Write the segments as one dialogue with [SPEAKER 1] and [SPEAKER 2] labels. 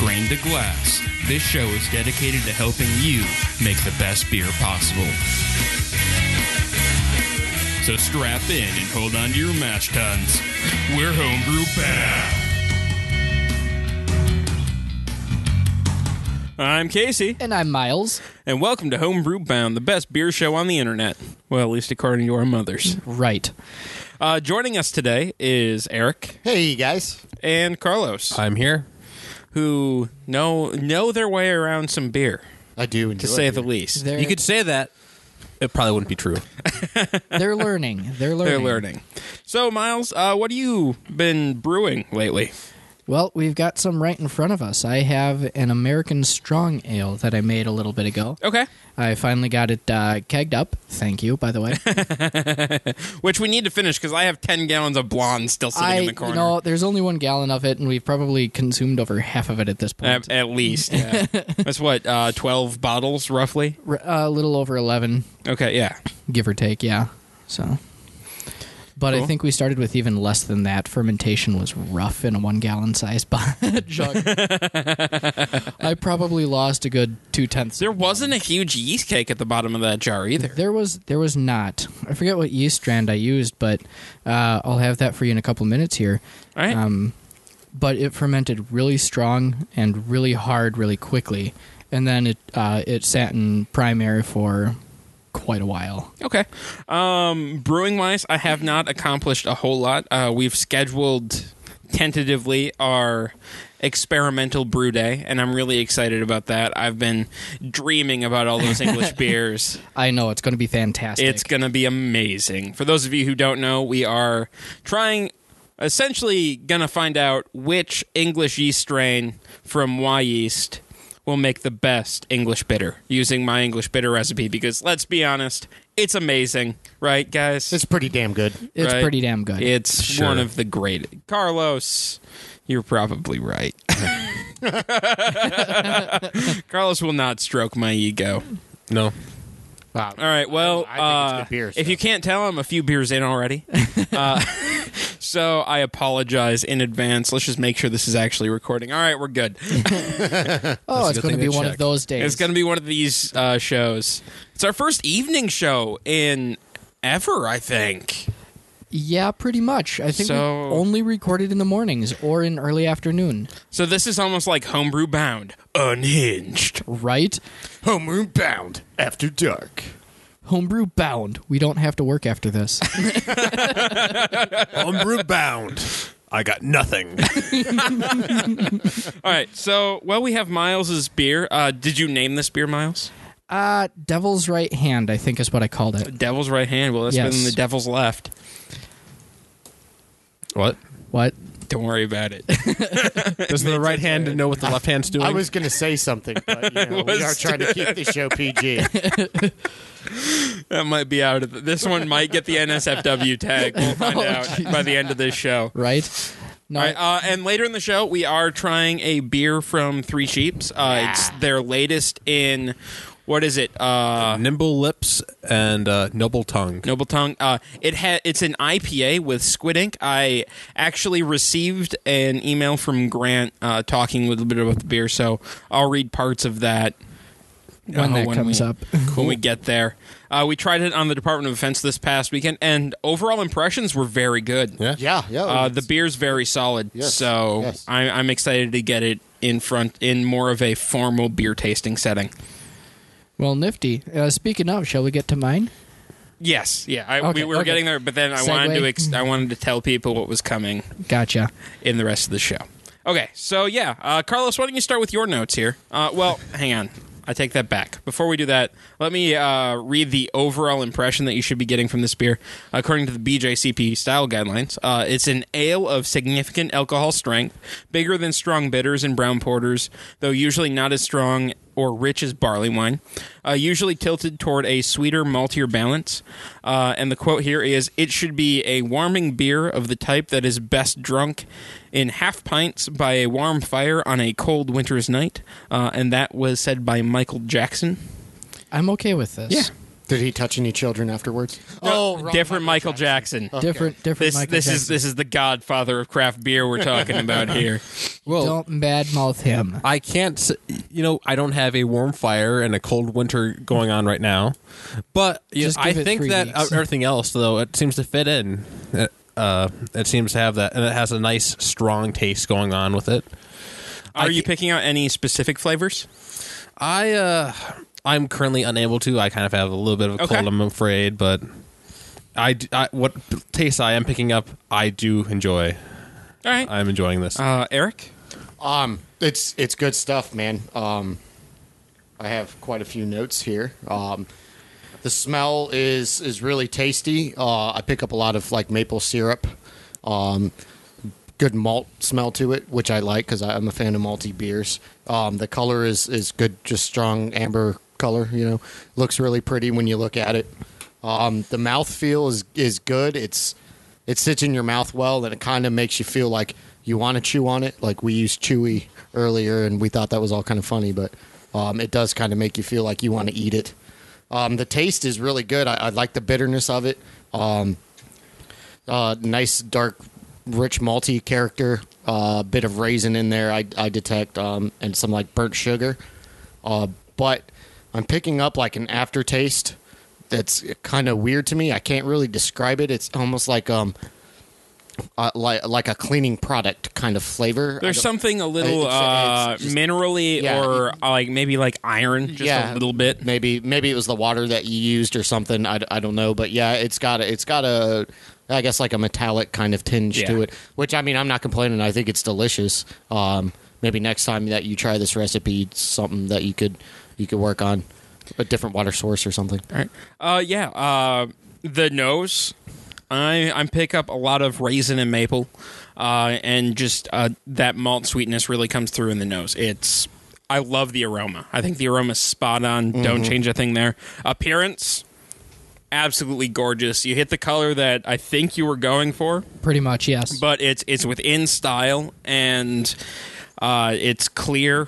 [SPEAKER 1] Grain to Glass. This show is dedicated to helping you make the best beer possible. So strap in and hold on to your mash tuns. We're Homebrew Pal. I'm Casey,
[SPEAKER 2] And I'm Miles.
[SPEAKER 1] and welcome to Homebrew Bound, the best beer show on the internet. Well, at least according to our mothers.
[SPEAKER 2] Right.
[SPEAKER 1] Uh, joining us today is Eric
[SPEAKER 3] Hey guys,
[SPEAKER 1] and Carlos,
[SPEAKER 4] I'm here.
[SPEAKER 1] who know know their way around some beer,
[SPEAKER 3] I do enjoy
[SPEAKER 1] to say
[SPEAKER 3] it.
[SPEAKER 1] the least.
[SPEAKER 2] They're,
[SPEAKER 4] You could say that. It probably wouldn't be true.
[SPEAKER 2] they're learning. They're learning.
[SPEAKER 1] They're learning. So, Miles, uh, what have you been brewing lately?
[SPEAKER 2] Well, we've got some right in front of us. I have an American strong ale that I made a little bit ago.
[SPEAKER 1] Okay.
[SPEAKER 2] I finally got it uh, kegged up. Thank you, by the way.
[SPEAKER 1] Which we need to finish because I have 10 gallons of blonde still sitting
[SPEAKER 2] I
[SPEAKER 1] in the corner.
[SPEAKER 2] you know there's only one gallon of it, and we've probably consumed over half of it at this point.
[SPEAKER 1] at, at least. Yeah. That's what, uh, 12 bottles roughly?
[SPEAKER 2] R- uh, a little over eleven,
[SPEAKER 1] Okay, yeah.
[SPEAKER 2] give or take. Yeah. So. But I
[SPEAKER 1] Cool.
[SPEAKER 2] think we started with even less than that. Fermentation was rough in a one gallon size bo- jug. I probably lost a good two tenths.
[SPEAKER 1] There wasn't a huge yeast cake at the bottom of that jar either.
[SPEAKER 2] There was there was not. I forget what yeast strand I used, but uh, I'll have that for you in a couple minutes here.
[SPEAKER 1] All right.
[SPEAKER 2] Um, but it fermented really strong and really hard, really quickly, and then it uh, it sat in primary for quite a while.
[SPEAKER 1] Okay. Um, brewing wise, I have not accomplished a whole lot. Uh, we've scheduled tentatively our experimental brew day, and I'm really excited about that. I've been dreaming about all those English beers.
[SPEAKER 2] I know it's going to be fantastic.
[SPEAKER 1] It's going to be amazing. For those of you who don't know, we are trying essentially going to find out which English yeast strain from Y yeast will make the best English bitter using my English bitter recipe because let's be honest, it's amazing, right guys?
[SPEAKER 3] It's pretty damn good.
[SPEAKER 2] it's
[SPEAKER 1] right?
[SPEAKER 2] pretty damn good.
[SPEAKER 1] It's
[SPEAKER 4] Sure.
[SPEAKER 1] one of the great. Carlos, you're probably right. Carlos will not stroke my ego.
[SPEAKER 4] No.
[SPEAKER 3] Wow.
[SPEAKER 1] All right. Well,
[SPEAKER 3] I think it's
[SPEAKER 1] uh,
[SPEAKER 3] good beer,
[SPEAKER 1] if
[SPEAKER 3] so.
[SPEAKER 1] you can't tell, I'm a few beers in already. uh, so I apologize in advance. Let's just make sure this is actually recording. All right, we're good.
[SPEAKER 2] oh,
[SPEAKER 4] a
[SPEAKER 2] it's
[SPEAKER 4] good
[SPEAKER 2] going to
[SPEAKER 4] thing
[SPEAKER 2] be
[SPEAKER 4] to
[SPEAKER 2] one
[SPEAKER 4] check.
[SPEAKER 2] of those days.
[SPEAKER 1] It's going to be one of these uh, shows. It's our first evening show in ever, I think.
[SPEAKER 2] yeah, pretty much. I think we
[SPEAKER 1] So-
[SPEAKER 2] only recorded in the mornings or in early afternoon,
[SPEAKER 1] So this is almost like homebrew bound, unhinged,
[SPEAKER 2] right?
[SPEAKER 3] Homebrew bound after dark.
[SPEAKER 2] Homebrew bound. We don't have to work after this.
[SPEAKER 4] Homebrew bound. I got nothing.
[SPEAKER 1] All right. So, well, we have Miles's beer. Uh, did you name this beer, Miles?
[SPEAKER 2] Uh, Devil's Right Hand, I think is what I called it.
[SPEAKER 1] Devil's right hand. Well, that's been
[SPEAKER 2] Yes.
[SPEAKER 1] the devil's left.
[SPEAKER 4] What?
[SPEAKER 2] What?
[SPEAKER 1] Don't worry about it.
[SPEAKER 4] Does the right hand know what the left hand's doing?
[SPEAKER 3] I was going to say something, but you know,
[SPEAKER 1] Was
[SPEAKER 3] we are trying to keep the show PG.
[SPEAKER 1] That might be out of the, this one. Might get the NSFW tag. We'll find
[SPEAKER 4] Oh,
[SPEAKER 1] out by the end of this show.
[SPEAKER 2] Right? No,
[SPEAKER 1] All right, uh, and later in the show, we are trying a beer from Three Sheeps. Uh, It's their latest in what is it? Uh,
[SPEAKER 4] Nimble lips and uh, noble tongue.
[SPEAKER 1] Noble Tongue. Uh, it ha- it's an IPA with squid ink. I actually received an email from Grant uh, talking a little bit about the beer, so I'll read parts of that
[SPEAKER 2] when
[SPEAKER 1] uh,
[SPEAKER 2] that comes
[SPEAKER 1] we-
[SPEAKER 2] up.
[SPEAKER 1] when we get there. Uh, we tried it on the Department of Defense this past weekend, and overall impressions were very good.
[SPEAKER 4] Yeah.
[SPEAKER 3] Yeah, yeah.
[SPEAKER 1] Uh, the beer's very solid,
[SPEAKER 3] Yes,
[SPEAKER 1] so
[SPEAKER 3] yes.
[SPEAKER 1] I, I'm excited to get it in front in more of a formal beer tasting setting.
[SPEAKER 2] Well, nifty. Uh, speaking of, shall we get to mine?
[SPEAKER 1] Yes, yeah, I, we
[SPEAKER 2] Okay,
[SPEAKER 1] were
[SPEAKER 2] okay.
[SPEAKER 1] getting there, but then I wanted
[SPEAKER 2] Segue.
[SPEAKER 1] to ex- I wanted to tell people what was coming
[SPEAKER 2] Gotcha.
[SPEAKER 1] in the rest of the show. Okay, so yeah, uh, Carlos, why don't you start with your notes here? Uh, well, hang on. I take that back. Before we do that, let me uh, read the overall impression that you should be getting from this beer. According to the BJCP style guidelines, uh, it's an ale of significant alcohol strength, bigger than strong bitters and brown porters, though usually not as strong or rich as barley wine, uh, usually tilted toward a sweeter, maltier balance. Uh, and the quote here is It should be a warming beer of the type that is best drunk in half pints by a warm fire on a cold winter's night. Uh, and that was said by Michael Jackson.
[SPEAKER 2] I'm okay with this.
[SPEAKER 1] Yeah.
[SPEAKER 3] Did he touch any children afterwards?
[SPEAKER 1] No, different Michael Jackson.
[SPEAKER 3] Oh,
[SPEAKER 2] Different, different.
[SPEAKER 1] This,
[SPEAKER 2] Michael
[SPEAKER 1] this is
[SPEAKER 2] Jackson.
[SPEAKER 1] this is the godfather of craft beer we're talking about here.
[SPEAKER 4] Well,
[SPEAKER 2] Don't badmouth him.
[SPEAKER 4] I can't. s- You know, I don't have a warm fire and a cold winter going on right now, but you
[SPEAKER 2] Just
[SPEAKER 4] I
[SPEAKER 2] give it
[SPEAKER 4] think
[SPEAKER 2] three
[SPEAKER 4] that uh,
[SPEAKER 2] weeks.
[SPEAKER 4] everything else, though, it seems to fit in. It, uh, it seems to have that, and it has a nice, strong taste going on with it.
[SPEAKER 1] Are
[SPEAKER 4] I
[SPEAKER 1] you
[SPEAKER 4] ca-
[SPEAKER 1] picking out any specific flavors?
[SPEAKER 4] I, uh, I'm currently unable to. I kind of have a little bit of a
[SPEAKER 1] Okay.
[SPEAKER 4] cold, I'm afraid, but I, d- I- what taste I am picking up, I do enjoy.
[SPEAKER 1] All right,
[SPEAKER 4] I'm enjoying this.
[SPEAKER 1] uh, Eric.
[SPEAKER 3] Um, it's it's good stuff, man. Um, I have quite a few notes here. Um, the smell is is really tasty. Uh, I pick up a lot of like maple syrup. Um, good malt smell to it, which I like because I'm a fan of malty beers. Um, the color is is good, just strong amber color. You know, looks really pretty when you look at it. Um, the mouth feel is is good. It's it sits in your mouth well, and it kind of makes you feel like you want to chew on it. Like we used chewy earlier, and we thought that was all kind of funny, but um, it does kind of make you feel like you want to eat it. Um, the taste is really good. I, I like the bitterness of it. Um, uh, nice dark, rich malty character. A uh, bit of raisin in there. I, I detect um, and some like burnt sugar. Uh, but I'm picking up like an aftertaste that's kind of weird to me. I can't really describe it. It's almost like um, uh, like like a cleaning product kind of flavor. I
[SPEAKER 1] There's
[SPEAKER 3] don't-
[SPEAKER 1] something a little
[SPEAKER 3] it's-
[SPEAKER 1] uh,
[SPEAKER 3] it's just-
[SPEAKER 1] minerally
[SPEAKER 3] yeah.
[SPEAKER 1] or uh, like maybe like iron, just a little bit.
[SPEAKER 3] Maybe maybe it was the water that you used or something. I, I don't know, but yeah, it's got a, it's got a I guess like a metallic kind of tinge to
[SPEAKER 1] Yeah.
[SPEAKER 3] it. Which I mean, I'm not complaining. I think it's delicious. Um, maybe next time that you try this recipe, it's something that you could you could work on a different water source or something.
[SPEAKER 1] All right. Uh, yeah. Uh, the nose. I I pick up a lot of raisin and maple, uh, and just uh, that malt sweetness really comes through in the nose. It's I love the aroma. I think the aroma's spot on. Don't change a thing there. Appearance, absolutely gorgeous. You hit the color that I think you were going for
[SPEAKER 2] Pretty much, yes.
[SPEAKER 1] but it's it's within style and uh, it's clear.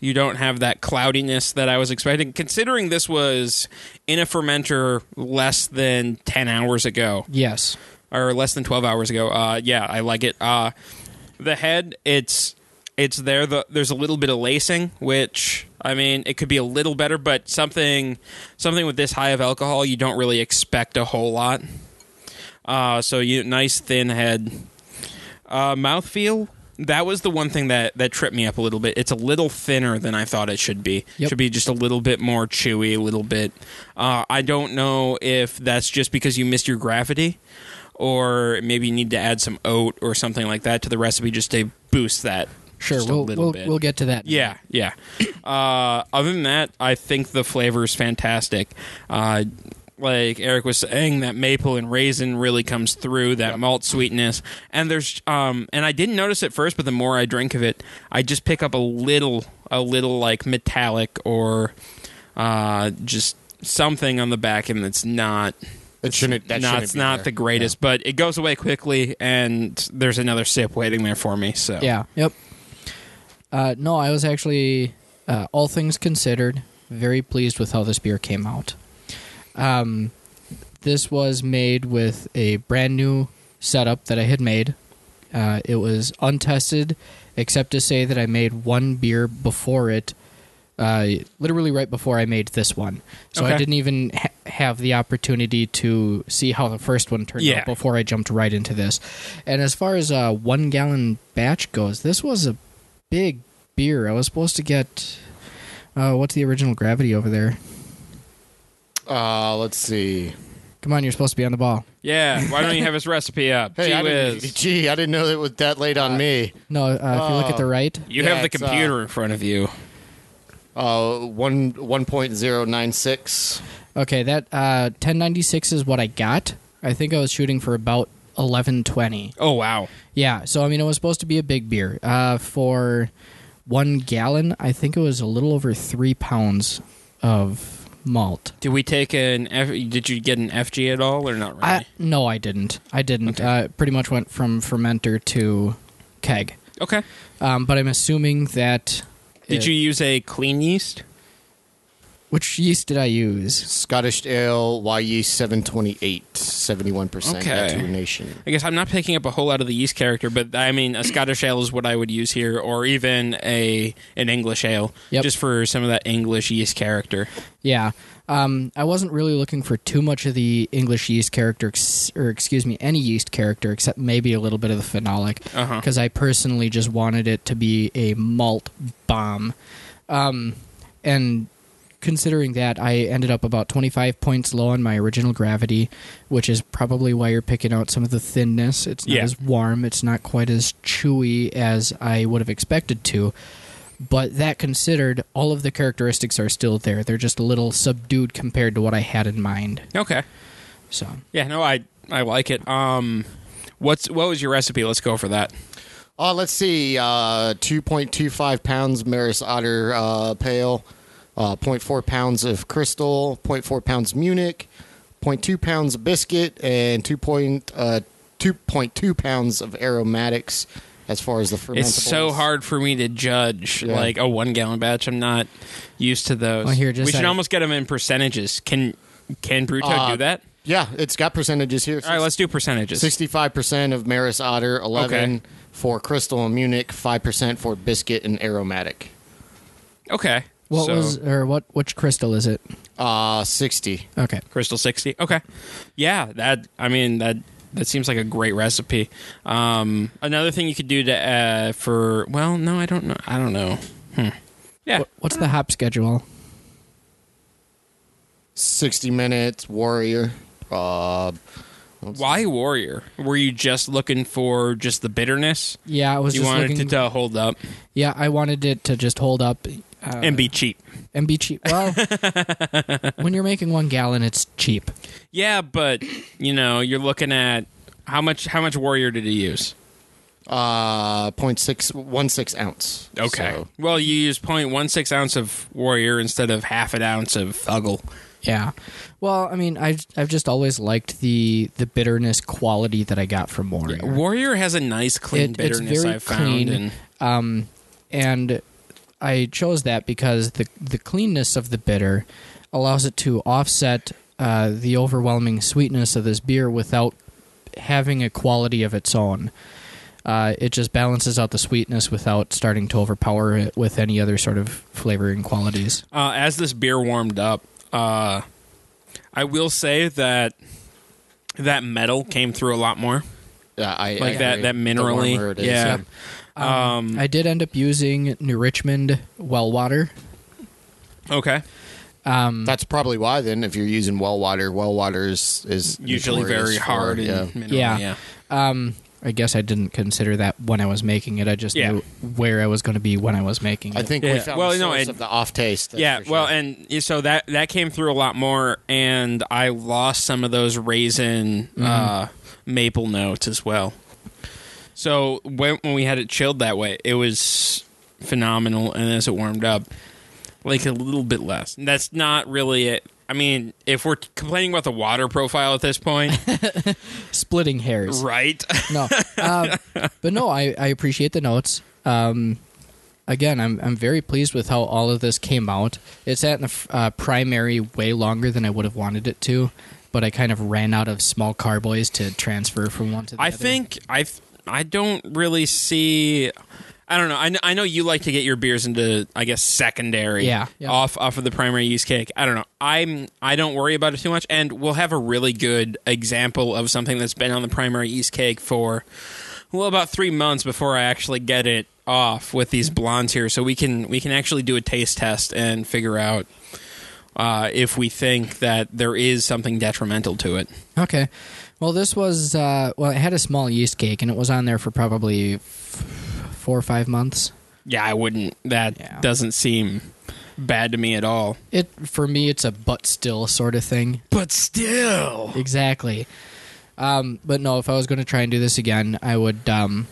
[SPEAKER 1] You don't have that cloudiness that I was expecting, considering this was in a fermenter less than ten hours ago
[SPEAKER 2] yes.
[SPEAKER 1] or less than 12 hours ago. Uh, yeah, I like it. Uh, the head, it's it's there. The, there's a little bit of lacing, which I mean, it could be a little better, but something something with this high of alcohol, you don't really expect a whole lot. Uh, so you nice thin head, uh, mouthfeel. That was the one thing that that tripped me up a little bit. It's a little thinner than I thought it should be.
[SPEAKER 2] Yep.
[SPEAKER 1] Should be just a little bit more chewy, a little bit. Uh, I don't know if that's just because you missed your gravity, or maybe you need to add some oat or something like that to the recipe just to boost that.
[SPEAKER 2] Sure,
[SPEAKER 1] just a
[SPEAKER 2] we'll
[SPEAKER 1] little
[SPEAKER 2] we'll,
[SPEAKER 1] bit.
[SPEAKER 2] we'll get to that.
[SPEAKER 1] Yeah, yeah. Uh, other than that, I think the flavor is fantastic. Uh, like Eric was saying, that maple and raisin really comes through that malt sweetness, and there's um, and I didn't notice at first, but the more I drink of it, I just pick up a little, a little like metallic or uh, just something on the back end that's not.
[SPEAKER 3] It shouldn't. That
[SPEAKER 1] not,
[SPEAKER 3] shouldn't
[SPEAKER 1] it's
[SPEAKER 3] be
[SPEAKER 1] not
[SPEAKER 3] there.
[SPEAKER 1] the greatest, but it goes away quickly, and there's another sip waiting there for me. So
[SPEAKER 2] Yeah. Yep. Uh, no, I was actually, uh, all things considered, very pleased with how this beer came out. Um, this was made with a brand new setup that I had made. Uh, it was untested, except to say that I made one beer before it, uh, literally right before I made this one. So I
[SPEAKER 1] Okay.
[SPEAKER 2] didn't even ha- have the opportunity to see how the first one turned
[SPEAKER 1] Yeah.
[SPEAKER 2] out before I jumped right into this. And as far as a one gallon batch goes, this was a big beer. I was supposed to get. Uh, what's the original gravity over there?
[SPEAKER 3] Uh, let's see.
[SPEAKER 2] Come on, you're supposed to be on the ball.
[SPEAKER 1] Yeah, why don't you have his recipe up?
[SPEAKER 3] Hey,
[SPEAKER 1] Gee
[SPEAKER 3] I didn't,
[SPEAKER 1] whiz.
[SPEAKER 3] gee, I didn't know it was that late on me.
[SPEAKER 2] No, uh, if you look at the right,
[SPEAKER 1] You
[SPEAKER 3] Yeah,
[SPEAKER 1] have the
[SPEAKER 3] it's, uh,
[SPEAKER 1] computer in front of you.
[SPEAKER 3] Uh, one one point zero nine six.
[SPEAKER 2] okay, that uh, 1096 is what I got. I think I was shooting for about 1120.
[SPEAKER 1] Oh wow.
[SPEAKER 2] Yeah, so I mean, it was supposed to be a big beer. Uh, for one gallon, I think it was a little over three pounds of malt.
[SPEAKER 1] Did we take an F did you get an FG at all or not really?
[SPEAKER 2] I, no, I didn't. I didn't. Uh, it pretty much went from fermenter to keg.
[SPEAKER 1] okay.
[SPEAKER 2] Um, but I'm assuming that.
[SPEAKER 1] Did
[SPEAKER 2] it-
[SPEAKER 1] you use a clean yeast?
[SPEAKER 2] Which yeast did I use?
[SPEAKER 3] Scottish ale YE 728, 71%
[SPEAKER 1] Okay.
[SPEAKER 3] maturation.
[SPEAKER 1] I guess I'm not picking up a whole lot of the yeast character, but I mean, a Scottish ale is what I would use here, or even a an English ale,
[SPEAKER 2] Yep.
[SPEAKER 1] just for some of that English yeast character.
[SPEAKER 2] Yeah. Um, I wasn't really looking for too much of the English yeast character, ex- or excuse me, any yeast character, except maybe a little bit of the phenolic,
[SPEAKER 1] Uh-huh.
[SPEAKER 2] because I personally just wanted it to be a malt bomb. Um, and considering that, I ended up about 25 points low on my original gravity, which is probably why you're picking out some of the thinness. It's not
[SPEAKER 1] Yeah.
[SPEAKER 2] as warm, it's not quite as chewy as I would have expected to. But that considered, all of the characteristics are still there. They're just a little subdued compared to what I had in mind.
[SPEAKER 1] Okay.
[SPEAKER 2] So,
[SPEAKER 1] Yeah. No, I I like it. Um, what's what was your recipe? Let's go for that.
[SPEAKER 3] Uh, let's see, uh, 2.25 pounds Maris Otter uh, Pale, uh, 0.4 pounds of Crystal, 0.4 pounds Munich, 0.2 pounds of Biscuit, and 2.2 uh, 2.2 pounds of Aromatics as far as the fermentables.
[SPEAKER 1] It's so hard for me to judge
[SPEAKER 3] Yeah.
[SPEAKER 1] like a one gallon batch. I'm not used to those.
[SPEAKER 2] Well, here, just
[SPEAKER 1] we should
[SPEAKER 2] that-
[SPEAKER 1] almost get them in percentages. Can can Bruto
[SPEAKER 3] Uh,
[SPEAKER 1] do that?
[SPEAKER 3] Yeah, it's got percentages here.
[SPEAKER 1] All right, let's do percentages.
[SPEAKER 3] 65% of Maris Otter, 11
[SPEAKER 1] Okay.
[SPEAKER 3] for Crystal and Munich, 5% for Biscuit and Aromatic.
[SPEAKER 1] Okay.
[SPEAKER 2] what
[SPEAKER 1] So,
[SPEAKER 2] was or what which crystal is it?
[SPEAKER 3] Uh, 60.
[SPEAKER 2] Okay.
[SPEAKER 1] Crystal 60? Okay. Yeah, that I mean that that seems like a great recipe. Um, another thing you could do to uh, for well, no, I don't know. I don't know. Hmm. Yeah.
[SPEAKER 2] What- What's the hop schedule?
[SPEAKER 3] 60 minutes, Warrior. Uh, let's-
[SPEAKER 1] Why warrior? Were you just looking for just the bitterness?
[SPEAKER 2] Yeah, I was
[SPEAKER 1] You
[SPEAKER 2] just
[SPEAKER 1] wanted
[SPEAKER 2] looking
[SPEAKER 1] it to hold up
[SPEAKER 2] Yeah, I wanted it to just hold up uh,
[SPEAKER 1] and be cheap.
[SPEAKER 2] and be cheap. Well, when you're making one gallon, it's cheap.
[SPEAKER 1] Yeah, but you know, you're looking at how much how much warrior did he use?
[SPEAKER 3] Uh, 0.6, 16 ounce. So,
[SPEAKER 1] Well, you use 0.16 ounce of warrior instead of half an ounce of thuggle.
[SPEAKER 2] Yeah. Well, I mean, I I've just always liked the the bitterness quality that I got from Warrior.
[SPEAKER 1] Warrior has a nice clean
[SPEAKER 2] It- it's
[SPEAKER 1] bitterness
[SPEAKER 2] very
[SPEAKER 1] I've found
[SPEAKER 2] clean.
[SPEAKER 1] and
[SPEAKER 2] um, and I chose that because the the cleanness of the bitter allows it to offset uh, the overwhelming sweetness of this beer without having a quality of its own. Uh, it just balances out the sweetness without starting to overpower it with any other sort of flavoring qualities.
[SPEAKER 1] uh, as this beer warmed up, uh, I will say that that metal came through a lot more.
[SPEAKER 3] yeah, I, I
[SPEAKER 1] Like that
[SPEAKER 3] agree.
[SPEAKER 1] that
[SPEAKER 3] The
[SPEAKER 1] minerally.
[SPEAKER 3] warmer it is,
[SPEAKER 1] yeah. Mm.
[SPEAKER 2] I did end up using New Richmond well water.
[SPEAKER 1] Okay. Mm.
[SPEAKER 2] Um,
[SPEAKER 3] That's probably why then, if you're using well water, well water is, is
[SPEAKER 1] Usually
[SPEAKER 3] notorious
[SPEAKER 1] very
[SPEAKER 3] for-
[SPEAKER 1] hard and
[SPEAKER 3] yeah.
[SPEAKER 1] mineral,
[SPEAKER 2] Yeah.
[SPEAKER 1] yeah.
[SPEAKER 2] Um, I guess I didn't consider that when I was making it. I just
[SPEAKER 1] Yeah.
[SPEAKER 2] knew where I was going to be when I was making it.
[SPEAKER 3] I think we
[SPEAKER 1] Yeah.
[SPEAKER 3] found
[SPEAKER 1] Well,
[SPEAKER 3] the
[SPEAKER 1] no,
[SPEAKER 3] source
[SPEAKER 1] and-
[SPEAKER 3] of the off taste. that's
[SPEAKER 1] yeah,
[SPEAKER 3] for
[SPEAKER 1] well,
[SPEAKER 3] sure.
[SPEAKER 1] and so that that came through a lot more, and I lost some of those raisin
[SPEAKER 3] Mm-hmm.
[SPEAKER 1] uh, maple notes as well. So when when we had it chilled that way, it was phenomenal, and as it warmed up, like a little bit less. And that's not really it. I mean, if we're complaining about the water profile at this point,
[SPEAKER 2] splitting hairs.
[SPEAKER 1] right?
[SPEAKER 2] No, uh, but no, I, I appreciate the notes. Um, again, I'm I'm very pleased with how all of this came out. It sat in the f- uh, primary way longer than I would have wanted it to, but I kind of ran out of small carboys to transfer from one to the
[SPEAKER 1] I
[SPEAKER 2] other.
[SPEAKER 1] think I I don't really see. I don't know. I, kn- I know you like to get your beers into I guess secondary.
[SPEAKER 2] Yeah, yeah.
[SPEAKER 1] Off off of the primary yeast cake. I don't know. I'm I don't worry about it too much, and we'll have a really good example of something that's been on the primary yeast cake for well about three months before I actually get it off with these blondes here, so we can we can actually do a taste test and figure out. Uh, if we think that there is something detrimental to it,
[SPEAKER 2] Okay. Well, this was uh, well, it had a small yeast cake, and it was on there for probably f- four or five months.
[SPEAKER 1] Yeah, I wouldn't. That
[SPEAKER 2] Yeah.
[SPEAKER 1] doesn't seem bad to me at all.
[SPEAKER 2] It for me, it's a but still sort of thing.
[SPEAKER 1] But still,
[SPEAKER 2] Exactly. Um, but no, if I was going to try and do this again, I would um,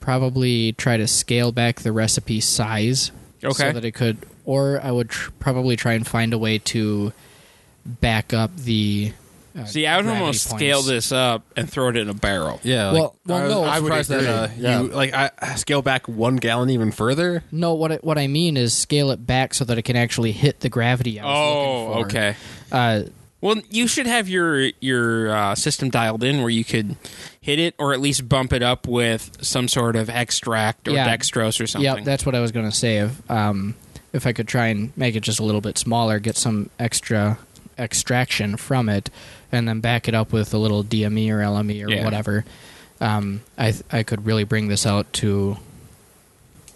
[SPEAKER 2] probably try to scale back the recipe size,
[SPEAKER 1] Okay.
[SPEAKER 2] so that it could, or I would tr- probably try and find a way to back up the uh,
[SPEAKER 1] See, I would
[SPEAKER 2] gravity
[SPEAKER 1] almost
[SPEAKER 2] points.
[SPEAKER 1] scale this up and throw it in a barrel.
[SPEAKER 4] Yeah. like,
[SPEAKER 2] Well- well,
[SPEAKER 4] I,
[SPEAKER 2] no,
[SPEAKER 4] I
[SPEAKER 2] I
[SPEAKER 4] would
[SPEAKER 3] would
[SPEAKER 4] surprised that
[SPEAKER 3] agree.
[SPEAKER 4] uh,
[SPEAKER 3] Yeah.
[SPEAKER 4] you like I I scale back one gallon even further.
[SPEAKER 2] No, what I, what I mean is scale it back so that it can actually hit the gravity. I was
[SPEAKER 1] Oh,
[SPEAKER 2] looking for.
[SPEAKER 1] okay.
[SPEAKER 2] Uh,
[SPEAKER 1] Well, you should have your your uh, system dialed in where you could hit it or at least bump it up with some sort of extract or
[SPEAKER 2] Yeah.
[SPEAKER 1] dextrose or something.
[SPEAKER 2] yeah, that's what I was going to say. If, um, if I could try and make it just a little bit smaller, get some extra extraction from it, and then back it up with a little DME or LME or
[SPEAKER 1] Yeah.
[SPEAKER 2] whatever, um, I th- I could really bring this out to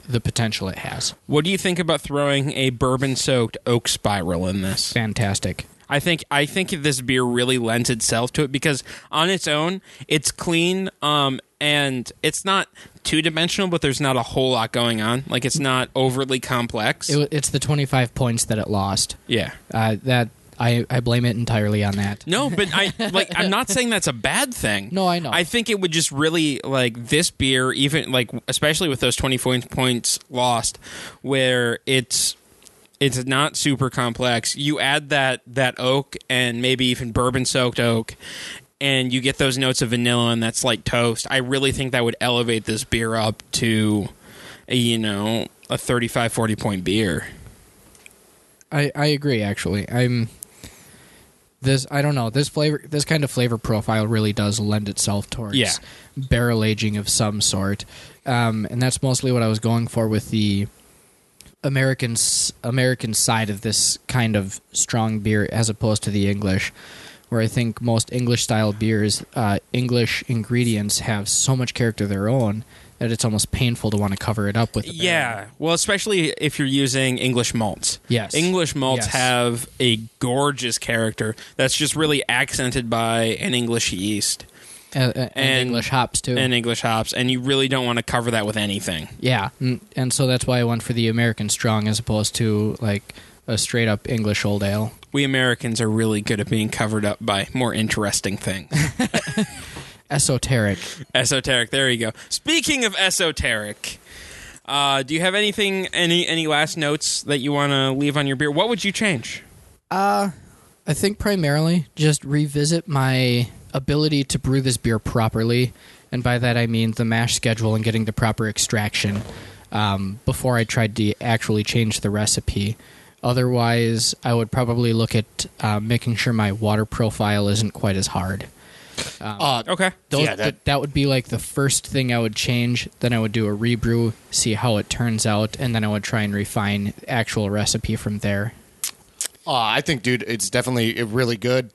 [SPEAKER 2] the potential it has.
[SPEAKER 1] what do you think about throwing a bourbon-soaked oak spiral in this?
[SPEAKER 2] Fantastic.
[SPEAKER 1] I think I think this beer really lends itself to it because on its own, it's clean um, and it's not two dimensional, but there's not a whole lot going on. Like it's not overly complex.
[SPEAKER 2] It, wa- it's the 25 points that it lost.
[SPEAKER 1] yeah.
[SPEAKER 2] Uh, that I, I blame it entirely on that.
[SPEAKER 1] No, but I like I'm not saying that's a bad thing.
[SPEAKER 2] No, I know.
[SPEAKER 1] I think it would just really like this beer even like especially with those 20 point- points lost where it's it's not super complex. You add that that oak and maybe even bourbon soaked oak and you get those notes of vanilla and that slight toast. I really think that would elevate this beer up to you know a 35 40 point beer.
[SPEAKER 2] I, I agree actually. I'm this I don't know. This flavor this kind of flavor profile really does lend itself towards
[SPEAKER 1] Yeah.
[SPEAKER 2] barrel aging of some sort. Um, and that's mostly what I was going for with the American s- American side of this kind of strong beer as opposed to the English where I think most English style beers uh, English ingredients have so much character of their own that it's almost painful to want to cover it up with a barrel.
[SPEAKER 1] Yeah, well, especially if you're using English malts.
[SPEAKER 2] Yes.
[SPEAKER 1] English malts
[SPEAKER 2] Yes.
[SPEAKER 1] have a gorgeous character that's just really accented by an English yeast
[SPEAKER 2] and, and,
[SPEAKER 1] And-
[SPEAKER 2] English hops too.
[SPEAKER 1] and English hops, and you really don't want to cover that with anything.
[SPEAKER 2] Yeah, and, and so that's why I went for the American strong as opposed to like a straight up English old ale.
[SPEAKER 1] We Americans are really good at being covered up by more interesting things.
[SPEAKER 2] Esoteric.
[SPEAKER 1] esoteric. There you go. Speaking of esoteric. Uh, do you have anything, any any last notes that you want to leave on your beer? What would you change?
[SPEAKER 2] I think primarily just revisit my ability to brew this beer properly, and by that I mean the mash schedule and getting the proper extraction um, before I tried to actually change the recipe. Otherwise, I would probably look at uh, making sure my water profile isn't quite as hard.
[SPEAKER 3] Uh,
[SPEAKER 1] Okay.
[SPEAKER 2] Those,
[SPEAKER 3] Yeah, that-
[SPEAKER 2] that, that would be like the first thing I would change. Then I would do a rebrew, see how it turns out, and then I would try and refine the actual recipe from there.
[SPEAKER 3] Uh, I think, dude, it's definitely it really good.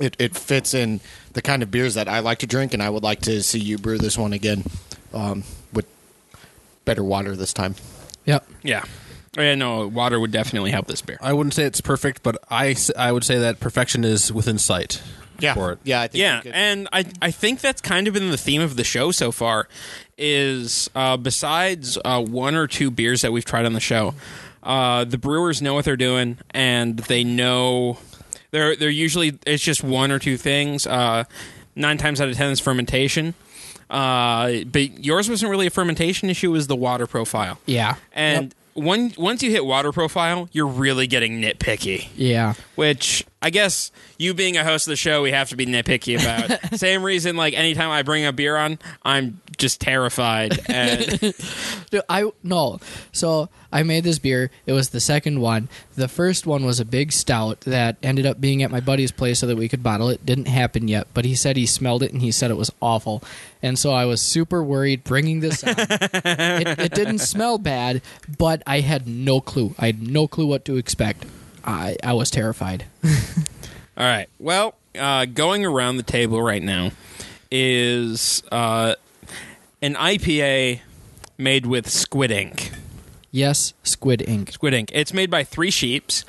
[SPEAKER 3] It it fits in the kind of beers that I like to drink, and I would like to see you brew this one again um, with better water this time.
[SPEAKER 2] Yep.
[SPEAKER 1] Yeah. Yeah, no, water would definitely help this beer.
[SPEAKER 4] I wouldn't say it's perfect, but I s- I would say that perfection is within sight. For it.
[SPEAKER 3] yeah, I think
[SPEAKER 1] yeah
[SPEAKER 3] you could-
[SPEAKER 1] and I, I think that's kind of been the theme of the show so far is uh, besides uh, one or two beers that we've tried on the show uh, the brewers know what they're doing and they know they're they're usually it's just one or two things uh, nine times out of ten is fermentation uh, but yours wasn't really a fermentation issue it was the water profile
[SPEAKER 2] Yeah.
[SPEAKER 1] and one, once you hit water profile you're really getting nitpicky
[SPEAKER 2] Yeah.
[SPEAKER 1] which I guess you being a host of the show, we have to be nitpicky about. Same reason, like anytime I bring a beer on, I'm just terrified. And
[SPEAKER 2] Dude, I no. So I made this beer. It was the second one. The first one was a big stout that ended up being at my buddy's place so that we could bottle it. Didn't happen yet, but he said he smelled it and he said it was awful. And so I was super worried bringing this on. it, it didn't smell bad, but I had no clue. I had no clue what to expect. I I was terrified.
[SPEAKER 1] all right, well, uh, going around the table right now is uh, an IPA made with squid ink.
[SPEAKER 2] Yes, squid ink.
[SPEAKER 1] Squid ink. It's made by Three Sheeps.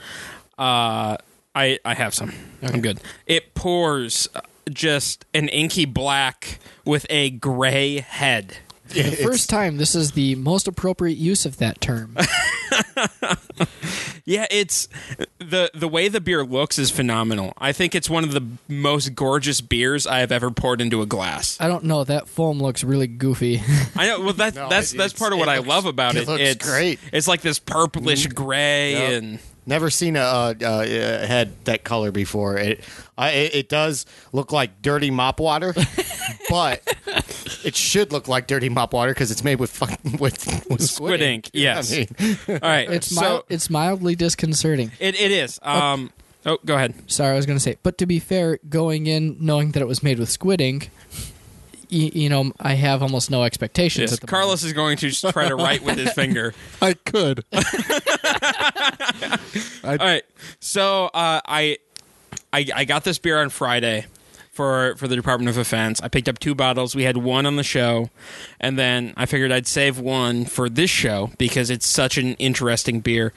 [SPEAKER 1] Uh, I I have some. I'm good. It pours uh, just an inky black with a gray head.
[SPEAKER 2] For the first time, this is the most appropriate use of that term.
[SPEAKER 1] Yeah, it's the the way the beer looks is phenomenal. I think it's one of the most gorgeous beers I have ever poured into a glass.
[SPEAKER 2] I don't know. That foam looks really goofy.
[SPEAKER 1] I know. Well, that's
[SPEAKER 3] No,
[SPEAKER 1] that's
[SPEAKER 3] it-
[SPEAKER 1] that's
[SPEAKER 3] it's-
[SPEAKER 1] part of what
[SPEAKER 3] it
[SPEAKER 1] I
[SPEAKER 3] looks-
[SPEAKER 1] love about it.
[SPEAKER 3] it looks
[SPEAKER 1] it's
[SPEAKER 3] great.
[SPEAKER 1] It's like this purplish gray,
[SPEAKER 3] Yep.
[SPEAKER 1] and
[SPEAKER 3] Never seen a, uh uh, uh head that color before. It, I, it it does look like dirty mop water, but it should look like dirty mop water because it's made with fucking with, with squid,
[SPEAKER 1] Squid ink, yes.
[SPEAKER 3] I mean,
[SPEAKER 1] All right.
[SPEAKER 2] It's
[SPEAKER 1] so
[SPEAKER 2] mild, it's mildly disconcerting.
[SPEAKER 1] it, it is. Um, oh, go ahead.
[SPEAKER 2] Sorry, I was going to say, but to be fair, going in knowing that it was made with squid ink, y- you know, I have almost no expectations.
[SPEAKER 1] Yes,
[SPEAKER 2] at the moment.
[SPEAKER 1] Carlos is going to just try to write with his finger.
[SPEAKER 5] I could.
[SPEAKER 1] All right. So uh, I, I I got this beer on Friday for for the Department of Defense. I picked up two bottles. We had one on the show, and then I figured I'd save one for this show because it's such an interesting beer.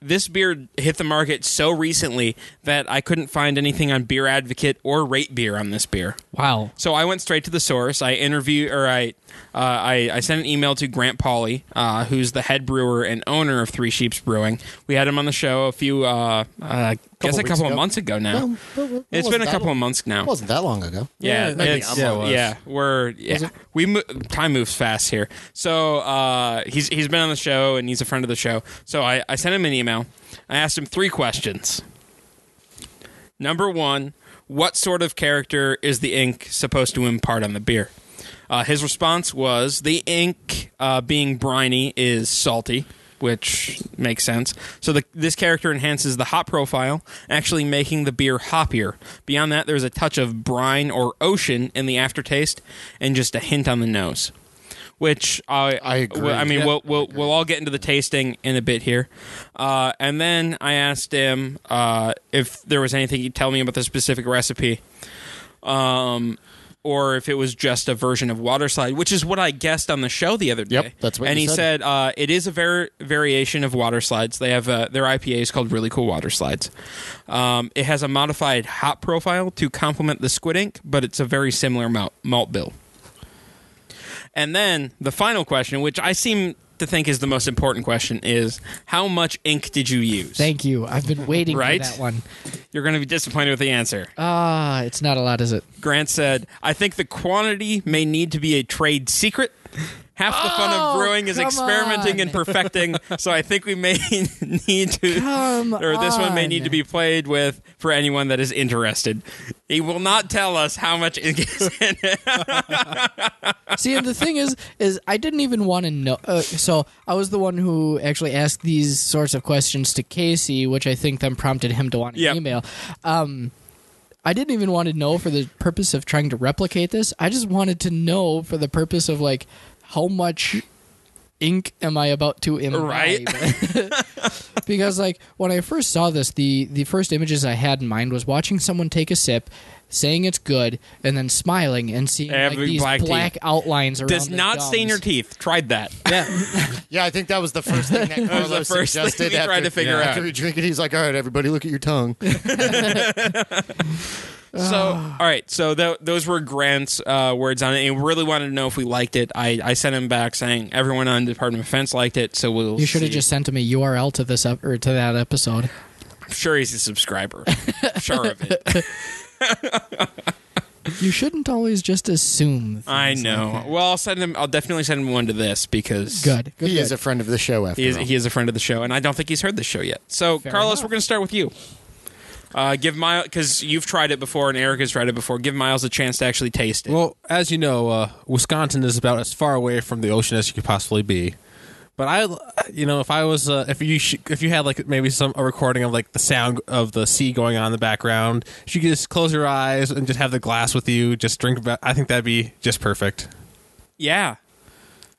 [SPEAKER 1] This beer hit the market so recently that I couldn't find anything on Beer Advocate or Rate Beer on this beer.
[SPEAKER 2] Wow.
[SPEAKER 1] So I went straight to the source. I interview or I, uh, I, I sent an email to Grant Pauly, uh, who's the head brewer and owner of Three Sheeps Brewing. We had him on the show a few, uh, uh, I guess a
[SPEAKER 3] weeks
[SPEAKER 1] couple of
[SPEAKER 3] ago.
[SPEAKER 1] months ago now.
[SPEAKER 3] Well, well, well,
[SPEAKER 1] it's been
[SPEAKER 3] Um, wasn't
[SPEAKER 1] a
[SPEAKER 3] that
[SPEAKER 1] couple of
[SPEAKER 3] long-
[SPEAKER 1] months now.
[SPEAKER 3] It wasn't that long ago.
[SPEAKER 1] Yeah,
[SPEAKER 4] Yeah, maybe
[SPEAKER 1] it's-
[SPEAKER 4] I'm
[SPEAKER 1] yeah,
[SPEAKER 4] on last.
[SPEAKER 1] yeah, we're yeah, we mo- time moves fast here. So uh, he's he's been on the show and he's a friend of the show. So I I sent him an email. I asked him three questions. Number one, what sort of character is the ink supposed to impart on the beer? Uh, his response was the ink uh, being briny is salty, which makes sense. So the, this character enhances the hop profile, actually making the beer hoppier. Beyond that, there's a touch of brine or ocean in the aftertaste, and just a hint on the nose. Which I
[SPEAKER 3] I agree.
[SPEAKER 1] well, I mean,
[SPEAKER 3] Yeah.
[SPEAKER 1] we'll we'll, we'll all get into the tasting in a bit here, uh, and then I asked him uh, if there was anything he'd tell me about the specific recipe um, or if it was just a version of Waterslide, which is what I guessed on the show the other day.
[SPEAKER 3] Yep, that's what
[SPEAKER 1] And
[SPEAKER 3] you
[SPEAKER 1] he
[SPEAKER 3] said.
[SPEAKER 1] said uh, it is a var- variation of Waterslides. They have uh, their IPA is called Really Cool Waterslides. Um, it has a modified hop profile to complement the Squid Ink, but it's a very similar malt, malt bill. And then the final question, which I seem to think is the most important question, is how much ink did you use?
[SPEAKER 2] Thank you. I've been waiting
[SPEAKER 1] Right?
[SPEAKER 2] for that one.
[SPEAKER 1] You're going to be disappointed with the answer.
[SPEAKER 2] Ah, it's not a lot, is it?
[SPEAKER 1] Grant said, I think the quantity may need to be a trade secret. Half the fun of brewing is
[SPEAKER 2] Oh, come
[SPEAKER 1] experimenting and perfecting, so I think we may need to,
[SPEAKER 2] Come
[SPEAKER 1] or this one may
[SPEAKER 2] on.
[SPEAKER 1] need to be played with for anyone that is interested. He will not tell us how much it is in it.
[SPEAKER 2] See, and the thing is, is I didn't even want to know. Uh, so I was the one who actually asked these sorts of questions to Casey, which I think then prompted him to want to
[SPEAKER 1] Yep.
[SPEAKER 2] email. Um, I didn't even want to know for the purpose of trying to replicate this. I just wanted to know for the purpose of like how much ink am I about to imbibe?
[SPEAKER 1] Right.
[SPEAKER 2] because like when I first saw this, the the first images I had in mind was watching someone take a sip. Saying it's good and then smiling and seeing like,
[SPEAKER 1] Every
[SPEAKER 2] these
[SPEAKER 1] black tea.
[SPEAKER 2] black outlines around
[SPEAKER 1] Does
[SPEAKER 2] their
[SPEAKER 1] not
[SPEAKER 2] gums.
[SPEAKER 1] stain your teeth. Tried that.
[SPEAKER 3] Yeah, I think that was the first thing that
[SPEAKER 1] was
[SPEAKER 3] Carlos
[SPEAKER 1] the first thing
[SPEAKER 3] suggested.
[SPEAKER 1] we
[SPEAKER 3] after,
[SPEAKER 1] tried to figure
[SPEAKER 3] after
[SPEAKER 1] out.
[SPEAKER 3] After we drink it, he's like, "All right, everybody, look at your tongue."
[SPEAKER 1] So,
[SPEAKER 2] Ah.
[SPEAKER 1] all right. So tho- those were Grant's uh, words on it. And really wanted to know if we liked it. I, I sent him back saying everyone on Department of Defense liked it. So we'll.
[SPEAKER 2] You should have
[SPEAKER 1] see.
[SPEAKER 2] just sent him a URL to this up, or to that episode.
[SPEAKER 1] I'm sure he's a subscriber. sure of it.
[SPEAKER 2] You shouldn't always just assume.
[SPEAKER 1] I
[SPEAKER 2] things
[SPEAKER 1] know.
[SPEAKER 2] like that.
[SPEAKER 1] well, I'll send him. I'll definitely send him one to this because
[SPEAKER 2] Good. Good.
[SPEAKER 3] he is
[SPEAKER 2] good.
[SPEAKER 3] a friend of the show. After
[SPEAKER 1] He is,
[SPEAKER 3] all.
[SPEAKER 1] he is a friend of the show, and I don't think he's heard this show yet. So,
[SPEAKER 2] Fair
[SPEAKER 1] Carlos,
[SPEAKER 2] enough.
[SPEAKER 1] we're going to start with you. Uh, give Miles because you've tried it before, and Eric has tried it before. Give Miles a chance to actually taste it.
[SPEAKER 4] Well, as you know, uh, Wisconsin is about as far away from the ocean as you could possibly be. But I, you know, if I was, uh, if you sh- if you had like maybe some a recording of like the sound of the sea going on in the background, you could just close your eyes and just have the glass with you, just drink. About, I think that'd be just perfect.
[SPEAKER 1] yeah,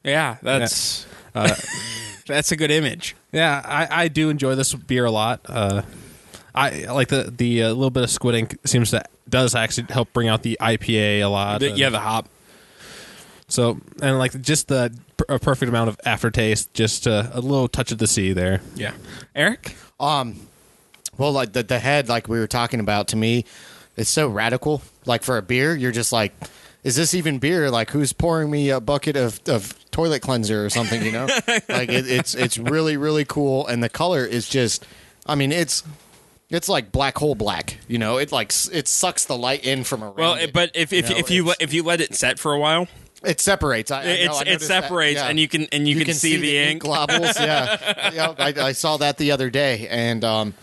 [SPEAKER 1] yeah, that's that's a good image.
[SPEAKER 4] Yeah, I, I do enjoy this beer a lot. Uh, I like the the uh, little bit of squid ink seems to does actually help bring out the IPA a lot.
[SPEAKER 1] The-
[SPEAKER 4] and-
[SPEAKER 1] yeah, the hop.
[SPEAKER 4] So and like just the per- a perfect amount of aftertaste, just uh, a little touch of the sea there.
[SPEAKER 1] Yeah, Eric.
[SPEAKER 3] Um, well, like the the head, like we were talking about, to me, it's so radical. Like for a beer, you're just like, is this even beer? Like who's pouring me a bucket of, of toilet cleanser or something? You know, like it, it's it's really really cool, and the color is just, I mean, it's it's like black hole black. You know, it like s- it sucks the light in from around.
[SPEAKER 1] Well,
[SPEAKER 3] it,
[SPEAKER 1] but if if,
[SPEAKER 3] No,
[SPEAKER 1] if you
[SPEAKER 3] it's-
[SPEAKER 1] let- if you let it set for a while,
[SPEAKER 3] It separates. I, I know,
[SPEAKER 1] it's
[SPEAKER 3] I
[SPEAKER 1] it
[SPEAKER 3] noticed that.
[SPEAKER 1] separates,
[SPEAKER 3] Yeah.
[SPEAKER 1] and you can and you, can, see, the ink.
[SPEAKER 3] globbles. yeah, yeah I, I saw that the other day, and um,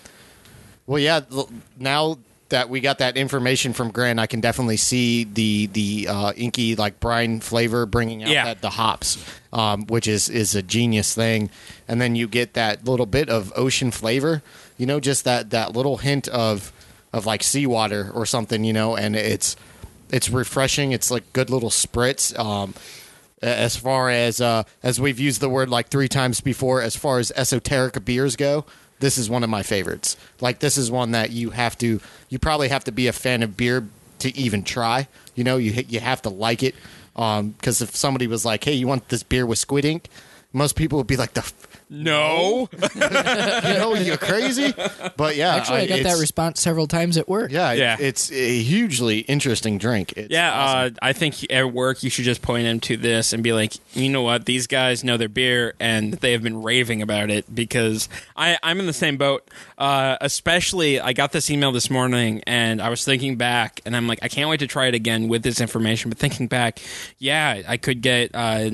[SPEAKER 3] well, yeah. l- Now that we got that information from Grant, I can definitely see the the uh, inky like brine flavor bringing out
[SPEAKER 1] Yeah.
[SPEAKER 3] that, the hops, um, which is is a genius thing. And then you get that little bit of ocean flavor. You know, just that that little hint of of like seawater or something. You know, and it's it's refreshing. It's like good little spritz. Um, as far as uh, as we've used the word like three times before, as far as esoteric beers go, this is one of my favorites. Like this is one that you have to, you probably have to be a fan of beer to even try. You know, you you have to like it because if somebody was like, "Hey, you want this beer with squid ink?" Most people would be like, "The f-
[SPEAKER 1] No,
[SPEAKER 3] you know you're crazy," but yeah,
[SPEAKER 2] Actually, I, got that
[SPEAKER 3] it's-
[SPEAKER 2] response several times at work.
[SPEAKER 3] Yeah,
[SPEAKER 1] Yeah.
[SPEAKER 3] yeah, it's a hugely interesting drink. It's
[SPEAKER 1] yeah.
[SPEAKER 3] awesome.
[SPEAKER 1] Uh, I think at work you should just point them to this and be like, you know what, these guys know their beer and they have been raving about it because I I'm in the same boat. Uh, especially, I got this email this morning and I was thinking back and I'm like, I can't wait to try it again with this information. But thinking back, yeah, I could get. Uh,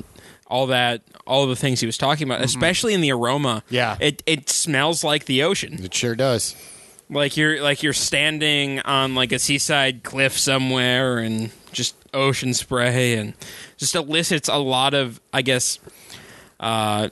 [SPEAKER 1] all that, all the things he was talking about, especially in the aroma.
[SPEAKER 3] Mm-hmm. Yeah.
[SPEAKER 1] it it smells like the ocean.
[SPEAKER 3] it sure does.
[SPEAKER 1] like you're like you're standing on like a seaside cliff somewhere and just ocean spray and just elicits a lot of i guess uh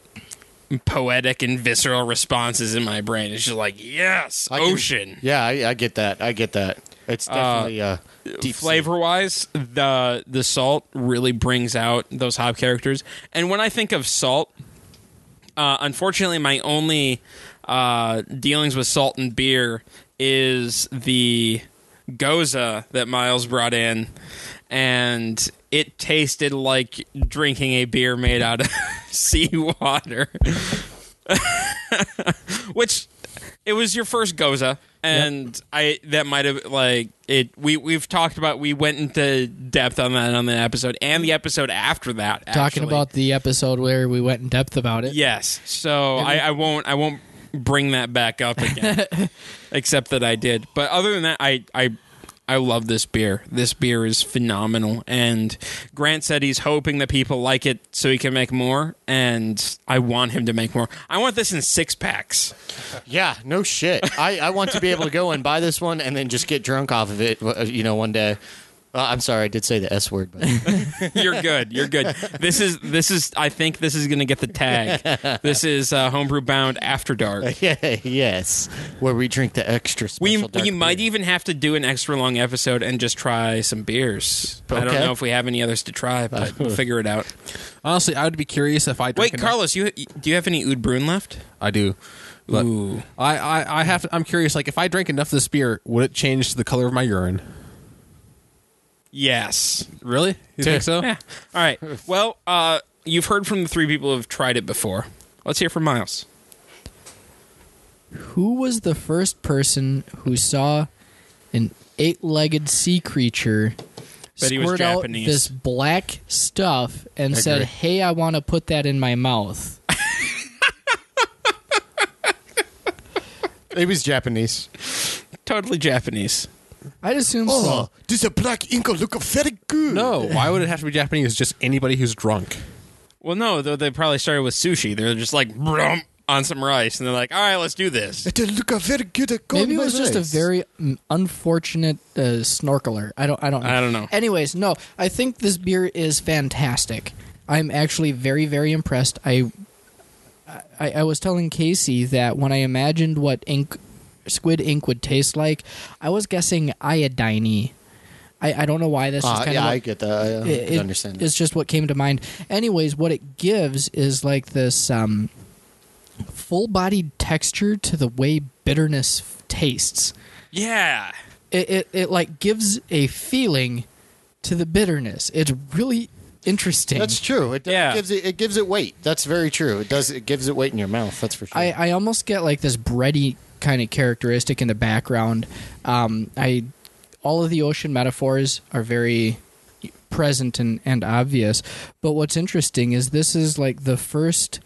[SPEAKER 1] poetic and visceral responses in my brain it's just like yes
[SPEAKER 3] I can-
[SPEAKER 1] ocean
[SPEAKER 3] Yeah, I, I get that. I get that. It's definitely uh, deep sea.
[SPEAKER 1] flavor wise the the salt really brings out those hop characters and when i think of salt uh, unfortunately my only uh, dealings with salt and beer is the goza that miles brought in and it tasted like drinking a beer made out of seawater which it was your first goza and i that might have like it we we've talked about we went into depth on that on the episode and the episode after that
[SPEAKER 2] Talking
[SPEAKER 1] actually.
[SPEAKER 2] about the episode where we went in depth about it.
[SPEAKER 1] yes so I, I won't i won't bring that back up again except that i did but other than that i i I love this beer. This beer is phenomenal. And Grant said he's hoping that people like it so he can make more. And I want him to make more. I want this in six packs.
[SPEAKER 3] Yeah, no shit. I, I want to be able to go and buy this one and then just get drunk off of it, uh, you know, one day. Uh, I'm sorry, I did say the S word, but
[SPEAKER 1] You're good. You're good. This is this is. I think this is going to get the tag. This is uh, homebrew bound after dark.
[SPEAKER 3] yeah, yes, where we drink the extra special.
[SPEAKER 1] We
[SPEAKER 3] dark
[SPEAKER 1] we might
[SPEAKER 3] beer.
[SPEAKER 1] even have to do an extra long episode and just try some beers. I don't
[SPEAKER 3] Okay.
[SPEAKER 1] know if we have any others to try, but we'll figure it out.
[SPEAKER 4] Honestly, I would be curious if I drank
[SPEAKER 1] Wait,
[SPEAKER 4] enough-
[SPEAKER 1] Carlos, you do you have any oud brun left?
[SPEAKER 4] I do. But
[SPEAKER 1] Ooh.
[SPEAKER 4] I, I, I have to, I'm curious, like if I drank enough of this beer, would it change the color of my urine?
[SPEAKER 1] Yes.
[SPEAKER 4] Really? You think so?
[SPEAKER 1] Yeah. All right. Well, uh, you've heard from the three people who have tried it before. Let's hear from Miles.
[SPEAKER 2] Who was the first person who saw an eight-legged sea creature
[SPEAKER 1] But he was
[SPEAKER 2] squirt out
[SPEAKER 1] Japanese.
[SPEAKER 2] this black stuff and
[SPEAKER 3] I
[SPEAKER 2] said,
[SPEAKER 3] agree.
[SPEAKER 2] "Hey, I want to put that in my mouth."
[SPEAKER 3] It was Japanese.
[SPEAKER 1] Totally Japanese.
[SPEAKER 2] I'd assume
[SPEAKER 3] Oh.
[SPEAKER 2] so.
[SPEAKER 3] does the black ink look very good?
[SPEAKER 4] Oh. No. Why would it have to be Japanese? Just anybody who's drunk.
[SPEAKER 1] Well, no, though they probably started with sushi. They're just like "Brum," on some rice, and they're like, "All right, let's do this."
[SPEAKER 3] It look very good.
[SPEAKER 2] Maybe it was just a very mm, unfortunate uh, snorkeler. I don't. I don't. Know.
[SPEAKER 1] I don't know.
[SPEAKER 2] Anyways, no. I think this beer is fantastic. I'm actually very, very impressed. I, I, I was telling Casey that when I imagined what ink, squid ink would taste like, I was guessing iodine. I I don't know why. That's
[SPEAKER 1] Ah,
[SPEAKER 2] just
[SPEAKER 3] Uh,
[SPEAKER 2] kind
[SPEAKER 3] yeah,
[SPEAKER 2] of
[SPEAKER 3] I get that. I uh,
[SPEAKER 2] it-
[SPEAKER 3] can
[SPEAKER 2] it-
[SPEAKER 3] understand.
[SPEAKER 2] It's
[SPEAKER 3] That.
[SPEAKER 2] just what came to mind. Anyways, what it gives is like this um, full bodied texture to the way bitterness f- tastes.
[SPEAKER 1] Yeah.
[SPEAKER 2] It, it, it like gives a feeling to the bitterness. It's really interesting.
[SPEAKER 3] That's true. It,
[SPEAKER 1] Yeah.
[SPEAKER 3] it gives it, it gives it weight. That's very true. It does. It gives it weight in your mouth. That's for sure.
[SPEAKER 2] I, I almost get like this bready kind of characteristic in the background. Um, I all of the ocean metaphors are very present and, and obvious. But what's interesting is this is like the first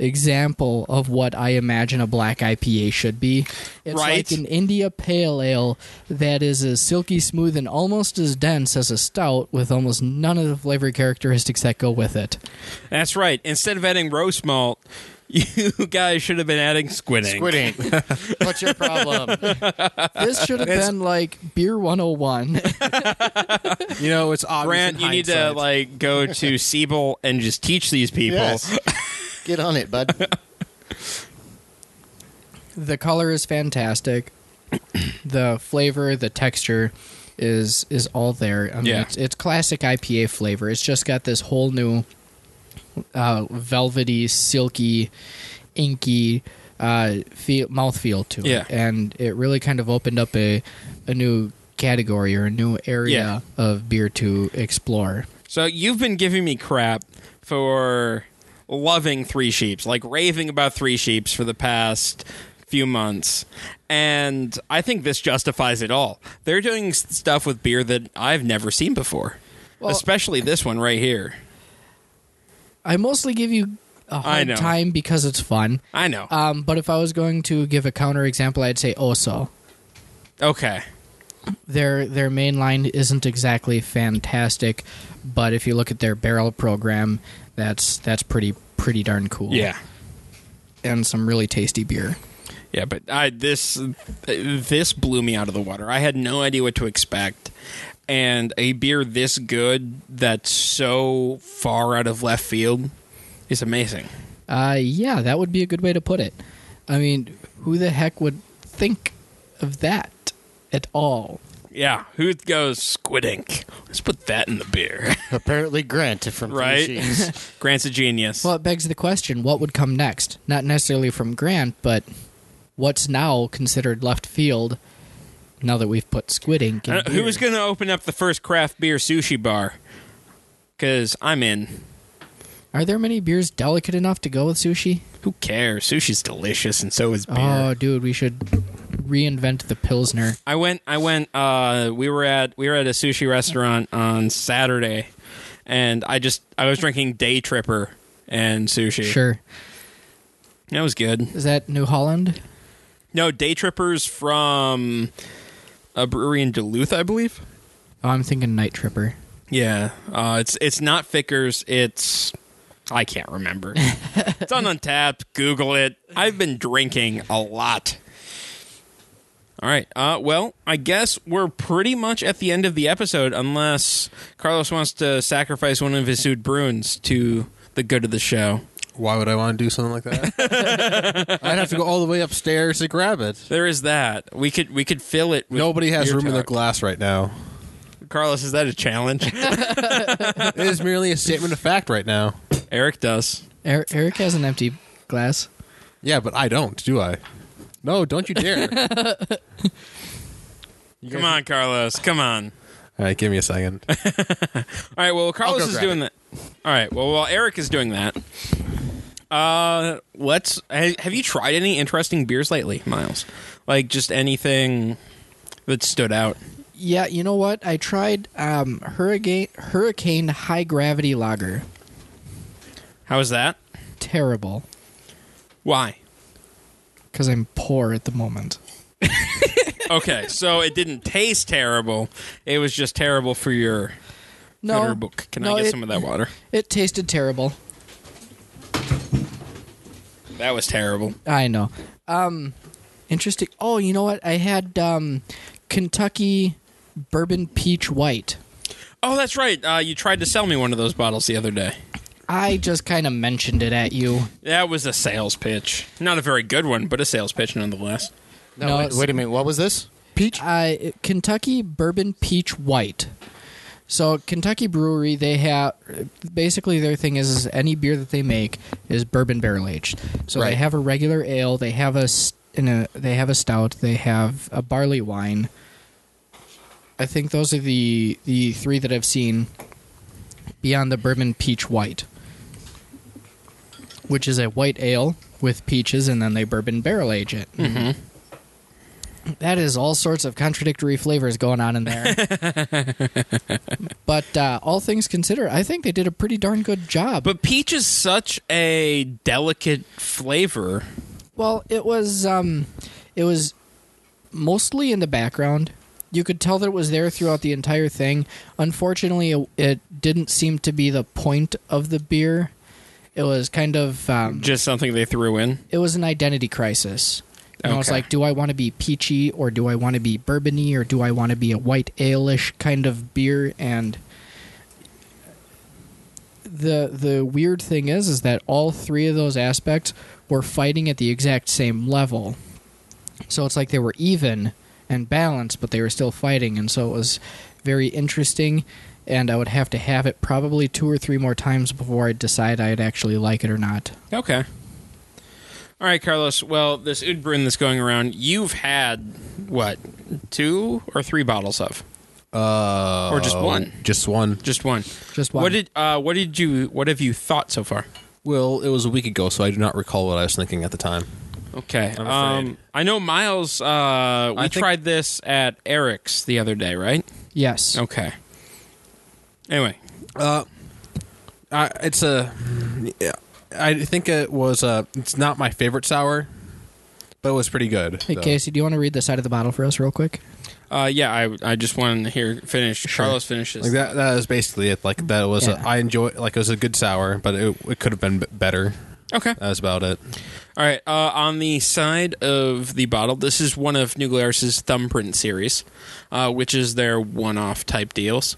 [SPEAKER 2] example of what I imagine a black IPA should be. It's
[SPEAKER 1] Right.
[SPEAKER 2] like an India pale ale that is as silky smooth and almost as dense as a stout with almost none of the flavor characteristics that go with it.
[SPEAKER 1] That's right. Instead of adding roast malt, you guys should have been adding squid ink.
[SPEAKER 3] Squid ink. What's your problem?
[SPEAKER 2] This should have been like Beer 101.
[SPEAKER 4] You know, it's obvious.
[SPEAKER 1] Grant,
[SPEAKER 4] in
[SPEAKER 1] you need to
[SPEAKER 4] hindsight.
[SPEAKER 1] like go to Siebel and just teach these people.
[SPEAKER 3] Yes. Get on it, bud.
[SPEAKER 2] the color is fantastic. the flavor, the texture is is all there. I mean,
[SPEAKER 1] Yeah.
[SPEAKER 2] it's, it's classic IPA flavor. It's just got this whole new uh, velvety, silky, inky uh, feel, mouthfeel to it.
[SPEAKER 1] Yeah.
[SPEAKER 2] And it really kind of opened up a, a new category or a new area of beer to explore.
[SPEAKER 1] So you've been giving me crap for loving Three Sheeps, like raving about Three Sheeps for the past few months. And I think this justifies it all. They're doing s- stuff with beer that I've never seen before.
[SPEAKER 2] Well-
[SPEAKER 1] Especially this one right here.
[SPEAKER 2] I mostly give you a
[SPEAKER 1] I
[SPEAKER 2] hard
[SPEAKER 1] know.
[SPEAKER 2] time because it's fun.
[SPEAKER 1] I know.
[SPEAKER 2] Um, but if I was going to give a counter example, I'd say Oso.
[SPEAKER 1] okay.
[SPEAKER 2] their their main line isn't exactly fantastic, but if you look at their barrel program, that's that's pretty pretty darn cool.
[SPEAKER 1] Yeah.
[SPEAKER 2] and some really tasty beer.
[SPEAKER 1] Yeah, but I this this blew me out of the water. I had no idea what to expect. And a beer this good that's so far out of left field is amazing.
[SPEAKER 2] Uh, yeah, that would be a good way to put it. I mean, who the heck would think of that at all?
[SPEAKER 1] Yeah, who goes squid ink? Let's put that in the beer.
[SPEAKER 3] Apparently, Grant from Three
[SPEAKER 1] Right.
[SPEAKER 3] Sheets.
[SPEAKER 1] Grant's a genius.
[SPEAKER 2] Well, it begs the question: what would come next? Not necessarily from Grant, but what's now considered left field. Now that we've put squid ink, in
[SPEAKER 1] I don't- Uh, who
[SPEAKER 2] beer.
[SPEAKER 1] was going to open up the first craft beer sushi bar? Because I'm in.
[SPEAKER 2] Are there many beers delicate enough to go with sushi?
[SPEAKER 1] Who cares? Sushi's delicious, and so is beer.
[SPEAKER 2] Oh, dude, we should reinvent the pilsner.
[SPEAKER 1] I went. I went. Uh, we were at we were at a sushi restaurant on Saturday, and I just I was drinking Day Tripper and sushi.
[SPEAKER 2] Sure.
[SPEAKER 1] that was good.
[SPEAKER 2] Is that New Holland?
[SPEAKER 1] No, Day Tripper's from a brewery in Duluth, I believe.
[SPEAKER 2] Oh, I'm thinking Night Tripper.
[SPEAKER 1] Yeah, uh, it's it's not Fickers. It's I can't remember. it's on Untapped. Google it. I've been drinking a lot. All right. Uh, well, I guess we're pretty much at the end of the episode, unless Carlos wants to sacrifice one of his sued Bruins to the good of the show.
[SPEAKER 4] Why would I want to do something like that? I'd have to go all the way upstairs to grab it.
[SPEAKER 1] There is that. We could we could fill it. With
[SPEAKER 4] Nobody has
[SPEAKER 1] beer
[SPEAKER 4] room in their
[SPEAKER 1] talk.
[SPEAKER 4] glass right now.
[SPEAKER 1] Carlos, is that a challenge?
[SPEAKER 4] It is merely a statement of fact right now.
[SPEAKER 1] Eric does.
[SPEAKER 2] Er- Eric has an empty glass.
[SPEAKER 4] Yeah, but I don't, do I? No, don't you dare. all
[SPEAKER 1] Come on, Carlos. Come on.
[SPEAKER 4] right, give me a second.
[SPEAKER 1] All right. Well, Carlos
[SPEAKER 4] go
[SPEAKER 1] is
[SPEAKER 4] grab
[SPEAKER 1] doing that. All right. Well, while Eric is doing that, uh, let's. ha- Have you tried any interesting beers lately, Miles? Like just anything that stood out?
[SPEAKER 2] Yeah, you know what? I tried um, Hurricane Hurricane High Gravity Lager.
[SPEAKER 1] How is that?
[SPEAKER 2] Terrible,
[SPEAKER 1] Why?
[SPEAKER 2] because I'm poor at the moment.
[SPEAKER 1] Okay, so it didn't taste terrible. It was just terrible for your
[SPEAKER 2] No,
[SPEAKER 1] gutter book. Can
[SPEAKER 2] no,
[SPEAKER 1] I get
[SPEAKER 2] it-
[SPEAKER 1] some of that water?
[SPEAKER 2] It tasted terrible.
[SPEAKER 1] That was terrible.
[SPEAKER 2] I know. Um, interesting. Oh, you know what? I had um, Kentucky Bourbon Peach White.
[SPEAKER 1] Oh, that's right. Uh, you tried to sell me one of those bottles the other day.
[SPEAKER 2] I just kind of mentioned it at you.
[SPEAKER 1] That was a sales pitch. Not a very good one, but a sales pitch nonetheless.
[SPEAKER 3] No,
[SPEAKER 2] No,
[SPEAKER 3] wait,
[SPEAKER 2] it's-
[SPEAKER 3] wait a minute. What was this? Peach?
[SPEAKER 2] uh, Kentucky Bourbon Peach White. So Kentucky Brewery, they have basically their thing is, is any beer that they make is bourbon barrel aged. So they
[SPEAKER 3] Right.
[SPEAKER 2] have a regular ale, they have a s- in a they have a stout, they have a barley wine. I think those are the the three that I've seen beyond the bourbon peach white, which is a white ale with peaches, and then they bourbon barrel age it. That is all sorts of contradictory flavors going on in there. But uh, all things considered, I think they did a pretty darn good job.
[SPEAKER 1] But peach is such a delicate flavor.
[SPEAKER 2] Well, it was um, it was mostly in the background. You could tell that it was there throughout the entire thing. Unfortunately, it, it didn't seem to be the point of the beer. It was kind of um,
[SPEAKER 1] Just something they threw in.
[SPEAKER 2] it was an identity crisis. And I was
[SPEAKER 1] Okay.
[SPEAKER 2] like, do I want to be peachy or do I want to be bourbony or do I want to be a white aleish kind of beer? And the the weird thing is, is that all three of those aspects were fighting at the exact same level. So it's like they were even and balanced, but they were still fighting, and so it was very interesting. And I would have to have it probably two or three more times before I'd decide I'd actually like it or not.
[SPEAKER 1] Okay. All right, Carlos. Well, this Udbrun that's going around, you've had what two or three bottles of,
[SPEAKER 4] Uh,
[SPEAKER 1] or just one?
[SPEAKER 4] Just one.
[SPEAKER 1] Just Oh. one.
[SPEAKER 2] Just one.
[SPEAKER 1] What did uh, What did you What have you thought so far?
[SPEAKER 4] Well, it was a week ago, so I do not recall what I was thinking at the time.
[SPEAKER 1] Okay.
[SPEAKER 4] I'm
[SPEAKER 1] um,
[SPEAKER 4] afraid.
[SPEAKER 1] I know Miles. Uh, we
[SPEAKER 4] I think-
[SPEAKER 1] tried this at Eric's the other day, right?
[SPEAKER 2] Yes.
[SPEAKER 1] Okay. Anyway,
[SPEAKER 4] Uh, I, it's a. yeah, I think it was a. It's not my favorite sour, but it was pretty good.
[SPEAKER 2] Hey,
[SPEAKER 4] though.
[SPEAKER 2] Casey, do you want to read the side of the bottle for us real quick?
[SPEAKER 1] uh, yeah, I I just wanted to hear finish. Carlos finishes.
[SPEAKER 4] Like that. That is basically it. Like that was.
[SPEAKER 2] Yeah.
[SPEAKER 4] A, I enjoy. Like it was a good sour, but it, it could have been b- better.
[SPEAKER 1] Okay.
[SPEAKER 4] That was about it.
[SPEAKER 1] All right. Uh, on the side of the bottle, this is one of New Glarus's thumbprint series, uh, which is their one-off type deals.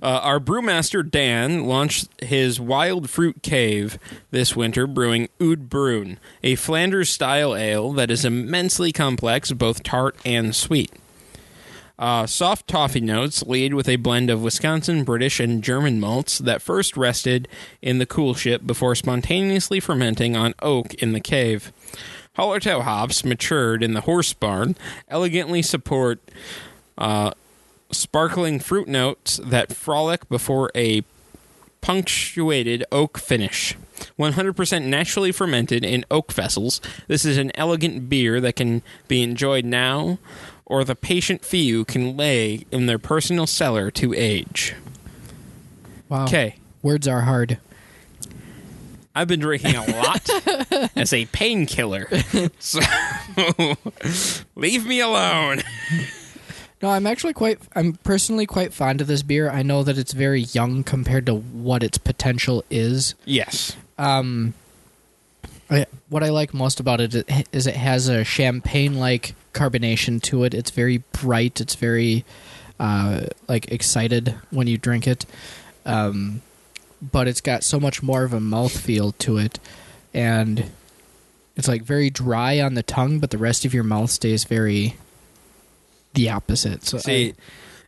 [SPEAKER 1] Uh, our brewmaster Dan launched his Wild Fruit Cave this winter, brewing Oud Brune, a Flanders-style ale that is immensely complex, both tart and sweet. Uh, soft toffee notes lead with a blend of Wisconsin, British, and German malts that first rested in the cool ship before spontaneously fermenting on oak in the cave. Hollertau hops matured in the horse barn elegantly support uh, sparkling fruit notes that frolic before a punctuated oak finish. 100% naturally fermented in oak vessels, this is an elegant beer that can be enjoyed now or the patient few can lay in their personal cellar to age.
[SPEAKER 2] Wow.
[SPEAKER 1] Okay,
[SPEAKER 2] Words are hard.
[SPEAKER 1] I've been drinking a lot as a painkiller, so leave me alone.
[SPEAKER 2] No, I'm actually quite. I'm personally quite fond of this beer. I know that it's very young compared to what its potential is.
[SPEAKER 1] Yes.
[SPEAKER 2] Um, I, what I like most about it i- is it has a champagne-like carbonation to it. It's very bright. It's very uh, like excited when you drink it, um, but it's got so much more of a mouthfeel to it, and it's like very dry on the tongue, but the rest of your mouth stays very the opposite. So I-
[SPEAKER 1] See,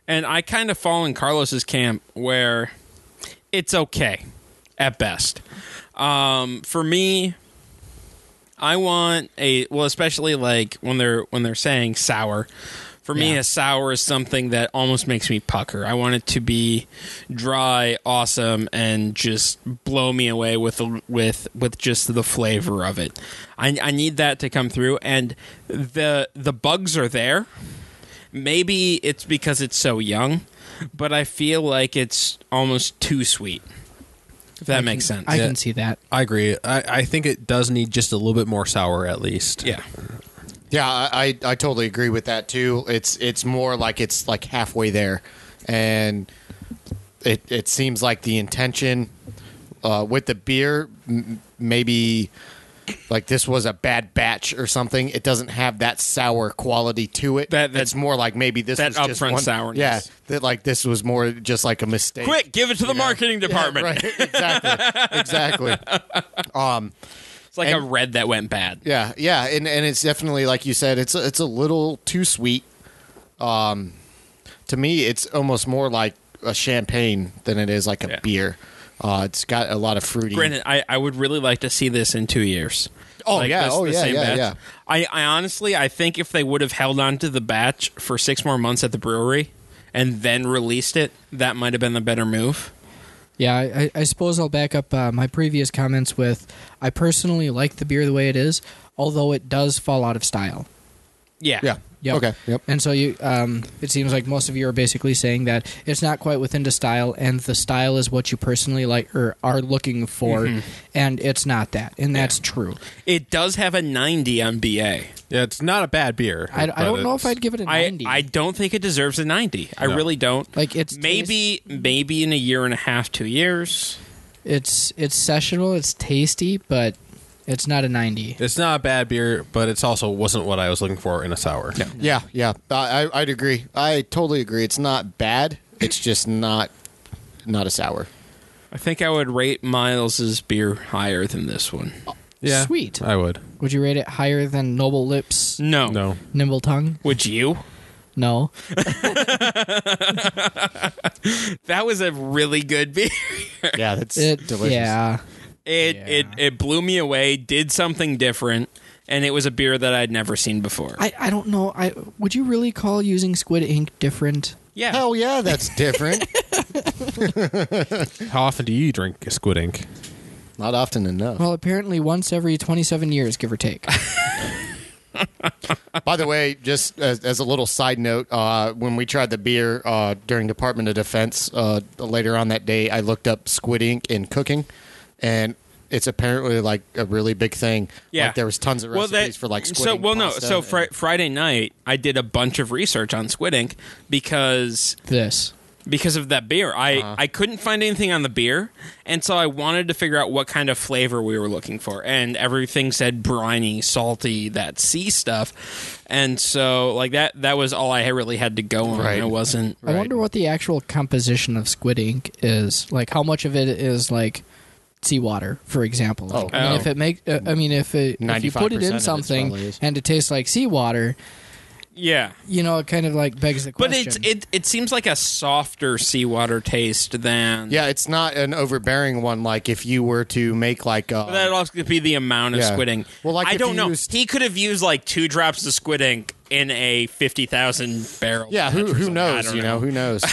[SPEAKER 1] and I kind of fall in Carlos's camp where it's okay at best. Um, for me, I want a well, especially like when they're when they're saying sour. For me,
[SPEAKER 2] Yeah.
[SPEAKER 1] a sour is something that almost makes me pucker. I want it to be dry, awesome, and just blow me away with the- with with just the flavor of it. I, I need that to come through, and the the bugs are there maybe it's because it's so young, but I feel like it's almost too sweet. If that makes sense.
[SPEAKER 2] I
[SPEAKER 4] Yeah.
[SPEAKER 2] can see that.
[SPEAKER 4] I agree. I, I think it does need just a little bit more sour, at least.
[SPEAKER 1] yeah.
[SPEAKER 3] Yeah, I, I I totally agree with that too. It's it's more like it's like halfway there, and it it seems like the intention uh, with the beer m- maybe like this was a bad batch or something. It doesn't have that sour quality to it.
[SPEAKER 1] That- that-
[SPEAKER 3] that's more like maybe this
[SPEAKER 1] that
[SPEAKER 3] was just
[SPEAKER 1] upfront
[SPEAKER 3] one,
[SPEAKER 1] sourness.
[SPEAKER 3] Yeah, that like this was more just like a mistake.
[SPEAKER 1] Quick, give it to the marketing department.
[SPEAKER 3] right? Exactly, exactly. Um,
[SPEAKER 1] It's like a
[SPEAKER 3] And-
[SPEAKER 1] red that went bad.
[SPEAKER 3] yeah, yeah, and and it's definitely like you said, it's a, it's a little too sweet. Um, to me, it's almost more like a champagne than it is like a
[SPEAKER 1] Yeah.
[SPEAKER 3] beer. Uh, it's got a lot of fruity.
[SPEAKER 1] Granted, I, I would really like to see this in two years.
[SPEAKER 3] Oh, yeah. Oh, yeah, yeah,
[SPEAKER 1] batch.
[SPEAKER 3] yeah.
[SPEAKER 1] I, I honestly, I think if they would have held on to the batch for six more months at the brewery and then released it, that might have been the better move.
[SPEAKER 2] Yeah, I, I- I suppose I'll back up uh, my previous comments with I personally like the beer the way it is, although it does fall out of style.
[SPEAKER 1] Yeah.
[SPEAKER 3] Yeah.
[SPEAKER 2] Yep.
[SPEAKER 3] Okay, yep.
[SPEAKER 2] And so you, um, it seems like most of you are basically saying that it's not quite within the style, and the style is what you personally like or are looking for,
[SPEAKER 3] Mm-hmm.
[SPEAKER 2] and it's not that, and that's true.
[SPEAKER 1] It does have a 90 on BA.
[SPEAKER 4] Yeah, it's not a bad beer.
[SPEAKER 2] I, I
[SPEAKER 4] but
[SPEAKER 2] don't know if
[SPEAKER 4] it's-
[SPEAKER 2] I'd give it a
[SPEAKER 1] I,
[SPEAKER 2] ninety.
[SPEAKER 1] I don't think it deserves a 90. I
[SPEAKER 4] No.
[SPEAKER 1] really don't.
[SPEAKER 2] Like, it's
[SPEAKER 1] maybe maybe in a year and a half, 2 years.
[SPEAKER 2] it's it's sessional, it's tasty, but it's not a ninety.
[SPEAKER 4] It's not a bad beer, but it's also wasn't what I was looking for in a sour. Yeah.
[SPEAKER 3] Yeah, yeah. I, I- I'd agree. I totally agree. It's not bad. It's just not not a sour.
[SPEAKER 1] I think I would rate Miles's beer higher than this one.
[SPEAKER 2] Sweet.
[SPEAKER 4] I would.
[SPEAKER 2] Would you rate it higher than Noble Lips,
[SPEAKER 1] No.
[SPEAKER 4] No.
[SPEAKER 2] Nimble Tongue?
[SPEAKER 1] Would you?
[SPEAKER 2] No.
[SPEAKER 1] That was a really good beer.
[SPEAKER 3] Yeah, that's
[SPEAKER 2] It,
[SPEAKER 3] delicious.
[SPEAKER 2] Yeah.
[SPEAKER 1] It
[SPEAKER 2] Yeah.
[SPEAKER 1] it it blew me away, did something different, and it was a beer that I'd never seen before.
[SPEAKER 2] I, I don't know. I would you really call using squid ink different?
[SPEAKER 1] yeah.
[SPEAKER 3] Hell yeah, that's different.
[SPEAKER 4] How often do you drink Squid Ink?
[SPEAKER 3] not often enough.
[SPEAKER 2] Well, apparently once every 27 years, give or take.
[SPEAKER 3] By the way, just as, as a little side note, uh, when we tried the beer uh, during Department of Defense uh, later on that day, I looked up squid ink in cooking, and it's apparently like a really big thing.
[SPEAKER 1] Yeah.
[SPEAKER 3] like, there was tons of
[SPEAKER 1] well,
[SPEAKER 3] recipes
[SPEAKER 1] that,
[SPEAKER 3] for like squid.
[SPEAKER 1] so
[SPEAKER 3] ink
[SPEAKER 1] well no
[SPEAKER 3] pasta
[SPEAKER 1] so
[SPEAKER 3] and-
[SPEAKER 1] fri- Friday night I did a bunch of research on Squid Ink because
[SPEAKER 2] this.
[SPEAKER 1] because of that beer. I,
[SPEAKER 3] Uh-huh.
[SPEAKER 1] I couldn't find anything on the beer, and so I wanted to figure out what kind of flavor we were looking for. And everything said briny, salty, that sea stuff. And so like that that was all I really had to go on.
[SPEAKER 3] Right.
[SPEAKER 1] I wasn't
[SPEAKER 2] I wonder what the actual composition of squid ink is. Like how much of it is like seawater, for example. Like,
[SPEAKER 3] Oh.
[SPEAKER 2] I mean,
[SPEAKER 1] Oh.
[SPEAKER 2] if it make, uh, I mean, if it, if you put it
[SPEAKER 3] 95% of
[SPEAKER 2] in
[SPEAKER 3] it
[SPEAKER 2] something
[SPEAKER 3] probably is.
[SPEAKER 2] and it tastes like seawater,
[SPEAKER 1] Yeah.
[SPEAKER 2] you know, it kind of like begs the
[SPEAKER 1] But
[SPEAKER 2] question.
[SPEAKER 1] it's it it seems like a softer seawater taste than
[SPEAKER 3] yeah, it's not an overbearing one. Like if you were to make like uh,
[SPEAKER 1] That also could be the amount of
[SPEAKER 3] Yeah.
[SPEAKER 1] squid ink.
[SPEAKER 3] Well, like,
[SPEAKER 1] I
[SPEAKER 3] if
[SPEAKER 1] don't
[SPEAKER 3] you
[SPEAKER 1] know.
[SPEAKER 3] used-
[SPEAKER 1] He could have used like two drops of squid ink in a fifty thousand barrel.
[SPEAKER 3] yeah,
[SPEAKER 1] batch
[SPEAKER 3] who who
[SPEAKER 1] or something. I
[SPEAKER 3] knows?
[SPEAKER 1] don't
[SPEAKER 3] You know, who knows?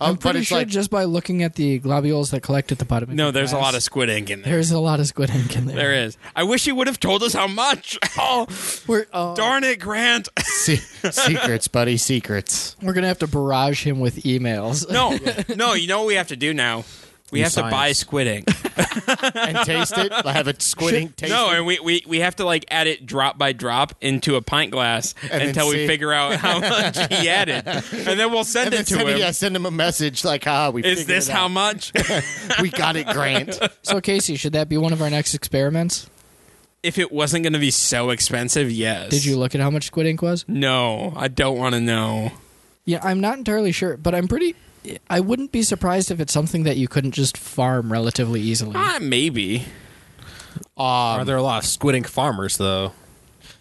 [SPEAKER 2] I'm
[SPEAKER 3] Um,
[SPEAKER 2] pretty sure just by looking at the globules that collect at the bottom. of
[SPEAKER 1] No,
[SPEAKER 2] your
[SPEAKER 1] there's a
[SPEAKER 2] glass,
[SPEAKER 1] lot of squid ink in there.
[SPEAKER 2] There's a lot of squid ink in there.
[SPEAKER 1] There is. I wish you would have told us how much. Oh,
[SPEAKER 2] We're, uh,
[SPEAKER 1] darn it, Grant.
[SPEAKER 3] se- secrets, buddy, secrets.
[SPEAKER 2] we're gonna have to barrage him with emails.
[SPEAKER 1] No, no. You know what we have to do now? We
[SPEAKER 4] In
[SPEAKER 1] have to buy
[SPEAKER 4] science.
[SPEAKER 1] squid ink.
[SPEAKER 3] And taste it. I have a squid ink taste.
[SPEAKER 1] No,
[SPEAKER 3] it.
[SPEAKER 1] and we, we, we have to like add it drop by drop into a pint glass
[SPEAKER 3] then
[SPEAKER 1] until we
[SPEAKER 3] see.
[SPEAKER 1] figure out how much he added, and then we'll send
[SPEAKER 3] And then
[SPEAKER 1] it to
[SPEAKER 3] send,
[SPEAKER 1] him.
[SPEAKER 3] yeah, send him a message like, ah, we
[SPEAKER 1] Is
[SPEAKER 3] figured
[SPEAKER 1] this
[SPEAKER 3] it
[SPEAKER 1] how
[SPEAKER 3] out.
[SPEAKER 1] much?
[SPEAKER 3] we got it, Grant.
[SPEAKER 2] So Casey, should that be one of our next experiments?
[SPEAKER 1] if it wasn't going to be so expensive, yes.
[SPEAKER 2] Did you look at how much squid ink was?
[SPEAKER 1] No, I don't want to know.
[SPEAKER 2] Yeah, I'm not entirely sure, but I'm pretty. I wouldn't be surprised if it's something that you couldn't just farm relatively easily.
[SPEAKER 1] Ah, maybe.
[SPEAKER 4] Are there a lot of Squid Ink farmers though?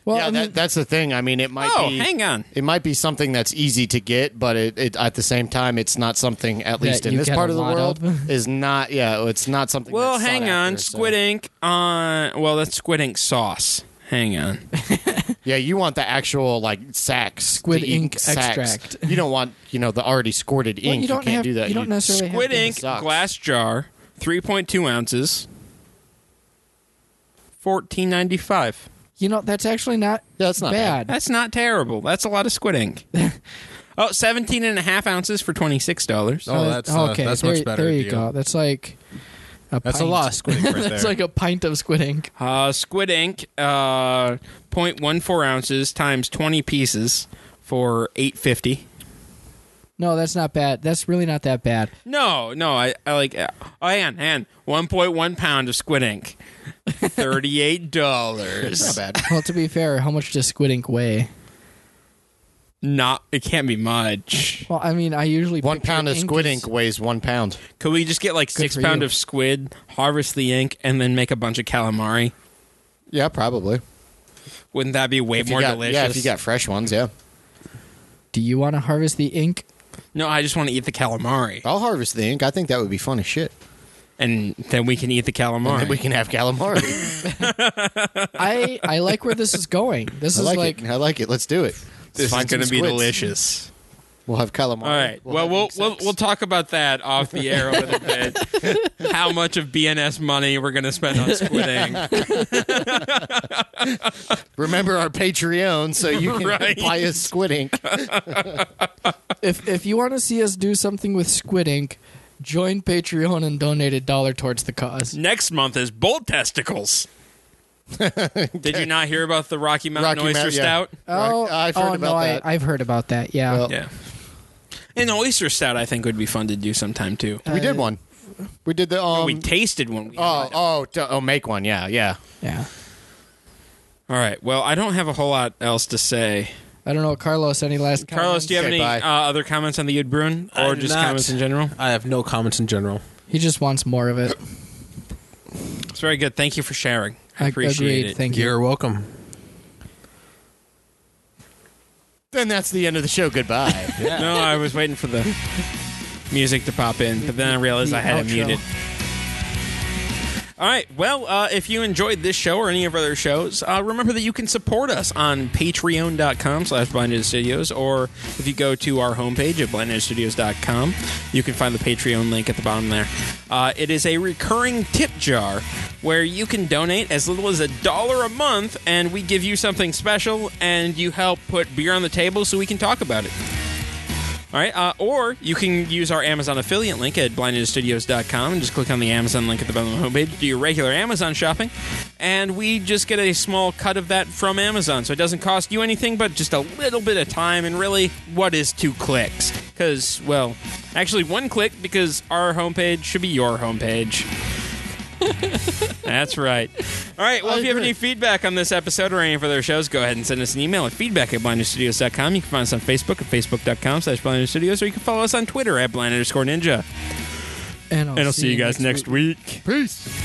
[SPEAKER 2] Well,
[SPEAKER 3] yeah,
[SPEAKER 2] I mean,
[SPEAKER 3] that, that's the thing. I mean, it might
[SPEAKER 1] Oh,
[SPEAKER 3] be.
[SPEAKER 1] hang on.
[SPEAKER 3] It might be something that's easy to get, but it, it at the same time, it's not something. At
[SPEAKER 2] That
[SPEAKER 3] least in
[SPEAKER 2] you
[SPEAKER 3] this
[SPEAKER 2] get
[SPEAKER 3] part
[SPEAKER 2] a
[SPEAKER 3] of the
[SPEAKER 2] lot
[SPEAKER 3] world,
[SPEAKER 2] of.
[SPEAKER 3] is not. Yeah, it's not something.
[SPEAKER 1] Well,
[SPEAKER 3] that's sought
[SPEAKER 1] hang on.
[SPEAKER 3] after, so-
[SPEAKER 1] squid ink on. Well, that's squid ink sauce. Hang on.
[SPEAKER 3] Yeah, you want the actual like sacks,
[SPEAKER 2] Squid
[SPEAKER 3] the
[SPEAKER 2] ink
[SPEAKER 3] sacks.
[SPEAKER 2] extract.
[SPEAKER 3] You don't want you know the already squirted
[SPEAKER 2] well,
[SPEAKER 3] ink.
[SPEAKER 2] you don't
[SPEAKER 3] can't
[SPEAKER 2] have,
[SPEAKER 3] do that.
[SPEAKER 2] You don't necessarily
[SPEAKER 1] Squid
[SPEAKER 2] have to-
[SPEAKER 1] ink
[SPEAKER 3] sucks.
[SPEAKER 1] glass jar, three point two ounces, fourteen ninety five.
[SPEAKER 2] You know, that's actually not.
[SPEAKER 3] Yeah, that's not
[SPEAKER 2] bad.
[SPEAKER 1] That's not terrible. That's a lot of squid ink. oh, 17 and a half ounces for twenty six dollars.
[SPEAKER 4] Oh, that's, uh,
[SPEAKER 2] okay.
[SPEAKER 4] that's
[SPEAKER 2] there,
[SPEAKER 4] much better
[SPEAKER 2] There you go.
[SPEAKER 4] deal.
[SPEAKER 2] That's like a.
[SPEAKER 4] That's
[SPEAKER 2] pint.
[SPEAKER 4] a lot of Squid Ink right there.
[SPEAKER 2] that's like a pint of squid ink.
[SPEAKER 1] Uh, squid ink, uh, 0.14 ounces times twenty pieces for eight fifty.
[SPEAKER 2] No, that's not bad. That's really not that bad.
[SPEAKER 1] No, no, I, I like. Oh, hang on, hang on. 1.1 pound of squid ink, thirty-eight dollars.
[SPEAKER 3] bad.
[SPEAKER 2] Well, to be fair, how much does squid ink weigh?
[SPEAKER 1] Not, it can't be much.
[SPEAKER 2] Well, I mean, I usually
[SPEAKER 3] One
[SPEAKER 2] picture
[SPEAKER 3] pound of squid
[SPEAKER 2] is-
[SPEAKER 3] ink weighs one pound.
[SPEAKER 1] Could we just get like
[SPEAKER 2] Good
[SPEAKER 1] six
[SPEAKER 2] for
[SPEAKER 1] pound
[SPEAKER 2] you.
[SPEAKER 1] of squid, harvest the ink, and then make a bunch of calamari?
[SPEAKER 3] Yeah, probably.
[SPEAKER 1] Wouldn't that be way
[SPEAKER 3] If you
[SPEAKER 1] more
[SPEAKER 3] got-
[SPEAKER 1] delicious?
[SPEAKER 3] Yeah, if you got fresh ones, yeah.
[SPEAKER 2] Do you want to harvest the ink?
[SPEAKER 1] No, I just want to eat the calamari,
[SPEAKER 3] I'll harvest the ink. I think that would be fun as shit.
[SPEAKER 1] and then we can eat the calamari.
[SPEAKER 3] And then we can have calamari.
[SPEAKER 2] I I like where this is going. This
[SPEAKER 3] I
[SPEAKER 2] is
[SPEAKER 3] like,
[SPEAKER 2] like
[SPEAKER 3] it. I like it. Let's do it.
[SPEAKER 1] this is
[SPEAKER 3] Find
[SPEAKER 1] going to
[SPEAKER 3] some
[SPEAKER 1] be
[SPEAKER 3] squids.
[SPEAKER 1] delicious.
[SPEAKER 3] We'll have calamari.
[SPEAKER 1] All right. Well,
[SPEAKER 3] have
[SPEAKER 1] we'll
[SPEAKER 3] meat
[SPEAKER 1] we'll,
[SPEAKER 3] sacks.
[SPEAKER 1] we'll talk about that off the air a little bit. How much of BNS money we're going to spend on squidding?
[SPEAKER 3] remember our Patreon so you can
[SPEAKER 1] Right.
[SPEAKER 3] buy us squid ink.
[SPEAKER 2] if if you want to see us do something with Squid Ink, join Patreon and donate a dollar towards the cause.
[SPEAKER 1] Next month is bolt testicles. Did you not hear about the Rocky Mountain
[SPEAKER 3] Rocky
[SPEAKER 1] oyster
[SPEAKER 3] Mount- yeah.
[SPEAKER 1] stout?
[SPEAKER 2] Oh,
[SPEAKER 3] I've heard
[SPEAKER 2] oh, no,
[SPEAKER 3] about that.
[SPEAKER 2] I, I've heard about that. Yeah,
[SPEAKER 3] Well,
[SPEAKER 1] Yeah. An oyster stout, I think, would be fun to do sometime too.
[SPEAKER 3] we did one. We did the um.
[SPEAKER 1] we tasted one. We
[SPEAKER 3] oh oh d- oh make one yeah yeah.
[SPEAKER 2] yeah.
[SPEAKER 3] oh.
[SPEAKER 1] All right. Well, I don't have a whole lot else to say.
[SPEAKER 2] I don't know, Carlos. Any last
[SPEAKER 1] Carlos,
[SPEAKER 2] comments?
[SPEAKER 1] do you have
[SPEAKER 3] Okay,
[SPEAKER 1] any
[SPEAKER 3] bye.
[SPEAKER 1] uh, other comments on the Yud Bruin or
[SPEAKER 4] I do
[SPEAKER 1] just
[SPEAKER 4] not.
[SPEAKER 1] comments in general?
[SPEAKER 4] I have no comments in general.
[SPEAKER 2] He just wants more of it.
[SPEAKER 1] It's very good. Thank you for sharing. I
[SPEAKER 2] Ag-
[SPEAKER 1] appreciate
[SPEAKER 2] agreed.
[SPEAKER 1] it.
[SPEAKER 2] Thank you.
[SPEAKER 4] You're welcome.
[SPEAKER 3] Then that's the end of the show. Goodbye.
[SPEAKER 1] No, I was waiting for the music to pop in, but then I realized I had it
[SPEAKER 2] outro.
[SPEAKER 1] muted. All right. Well, uh, if you enjoyed this show or any of our other shows, uh, remember that you can support us on patreon.com slash blinded studios, or if you go to our homepage at blindedstudios.com, you can find the Patreon link at the bottom there. Uh, it is a recurring tip jar where you can donate as little as a dollar a month, and we give you something special, and you help put beer on the table so we can talk about it. All right, uh, or you can use our Amazon affiliate link at blindedstudios.com and just click on the Amazon link at the bottom of the homepage, do your regular Amazon shopping, and we just get a small cut of that from Amazon. So it doesn't cost you anything but just a little bit of time and really what is two clicks? Because, well, actually one click because our homepage should be your homepage. That's right. All right. Well,
[SPEAKER 3] I
[SPEAKER 1] if you have
[SPEAKER 3] agree.
[SPEAKER 1] any feedback on this episode or any of our other shows, go ahead and send us an email at feedback at blindnewstudios.com. You can find us on Facebook at facebook.com slash blindnewstudios, or you can follow us on Twitter at blind underscore ninja.
[SPEAKER 2] And I'll,
[SPEAKER 1] And I'll see you guys next week.
[SPEAKER 3] Peace.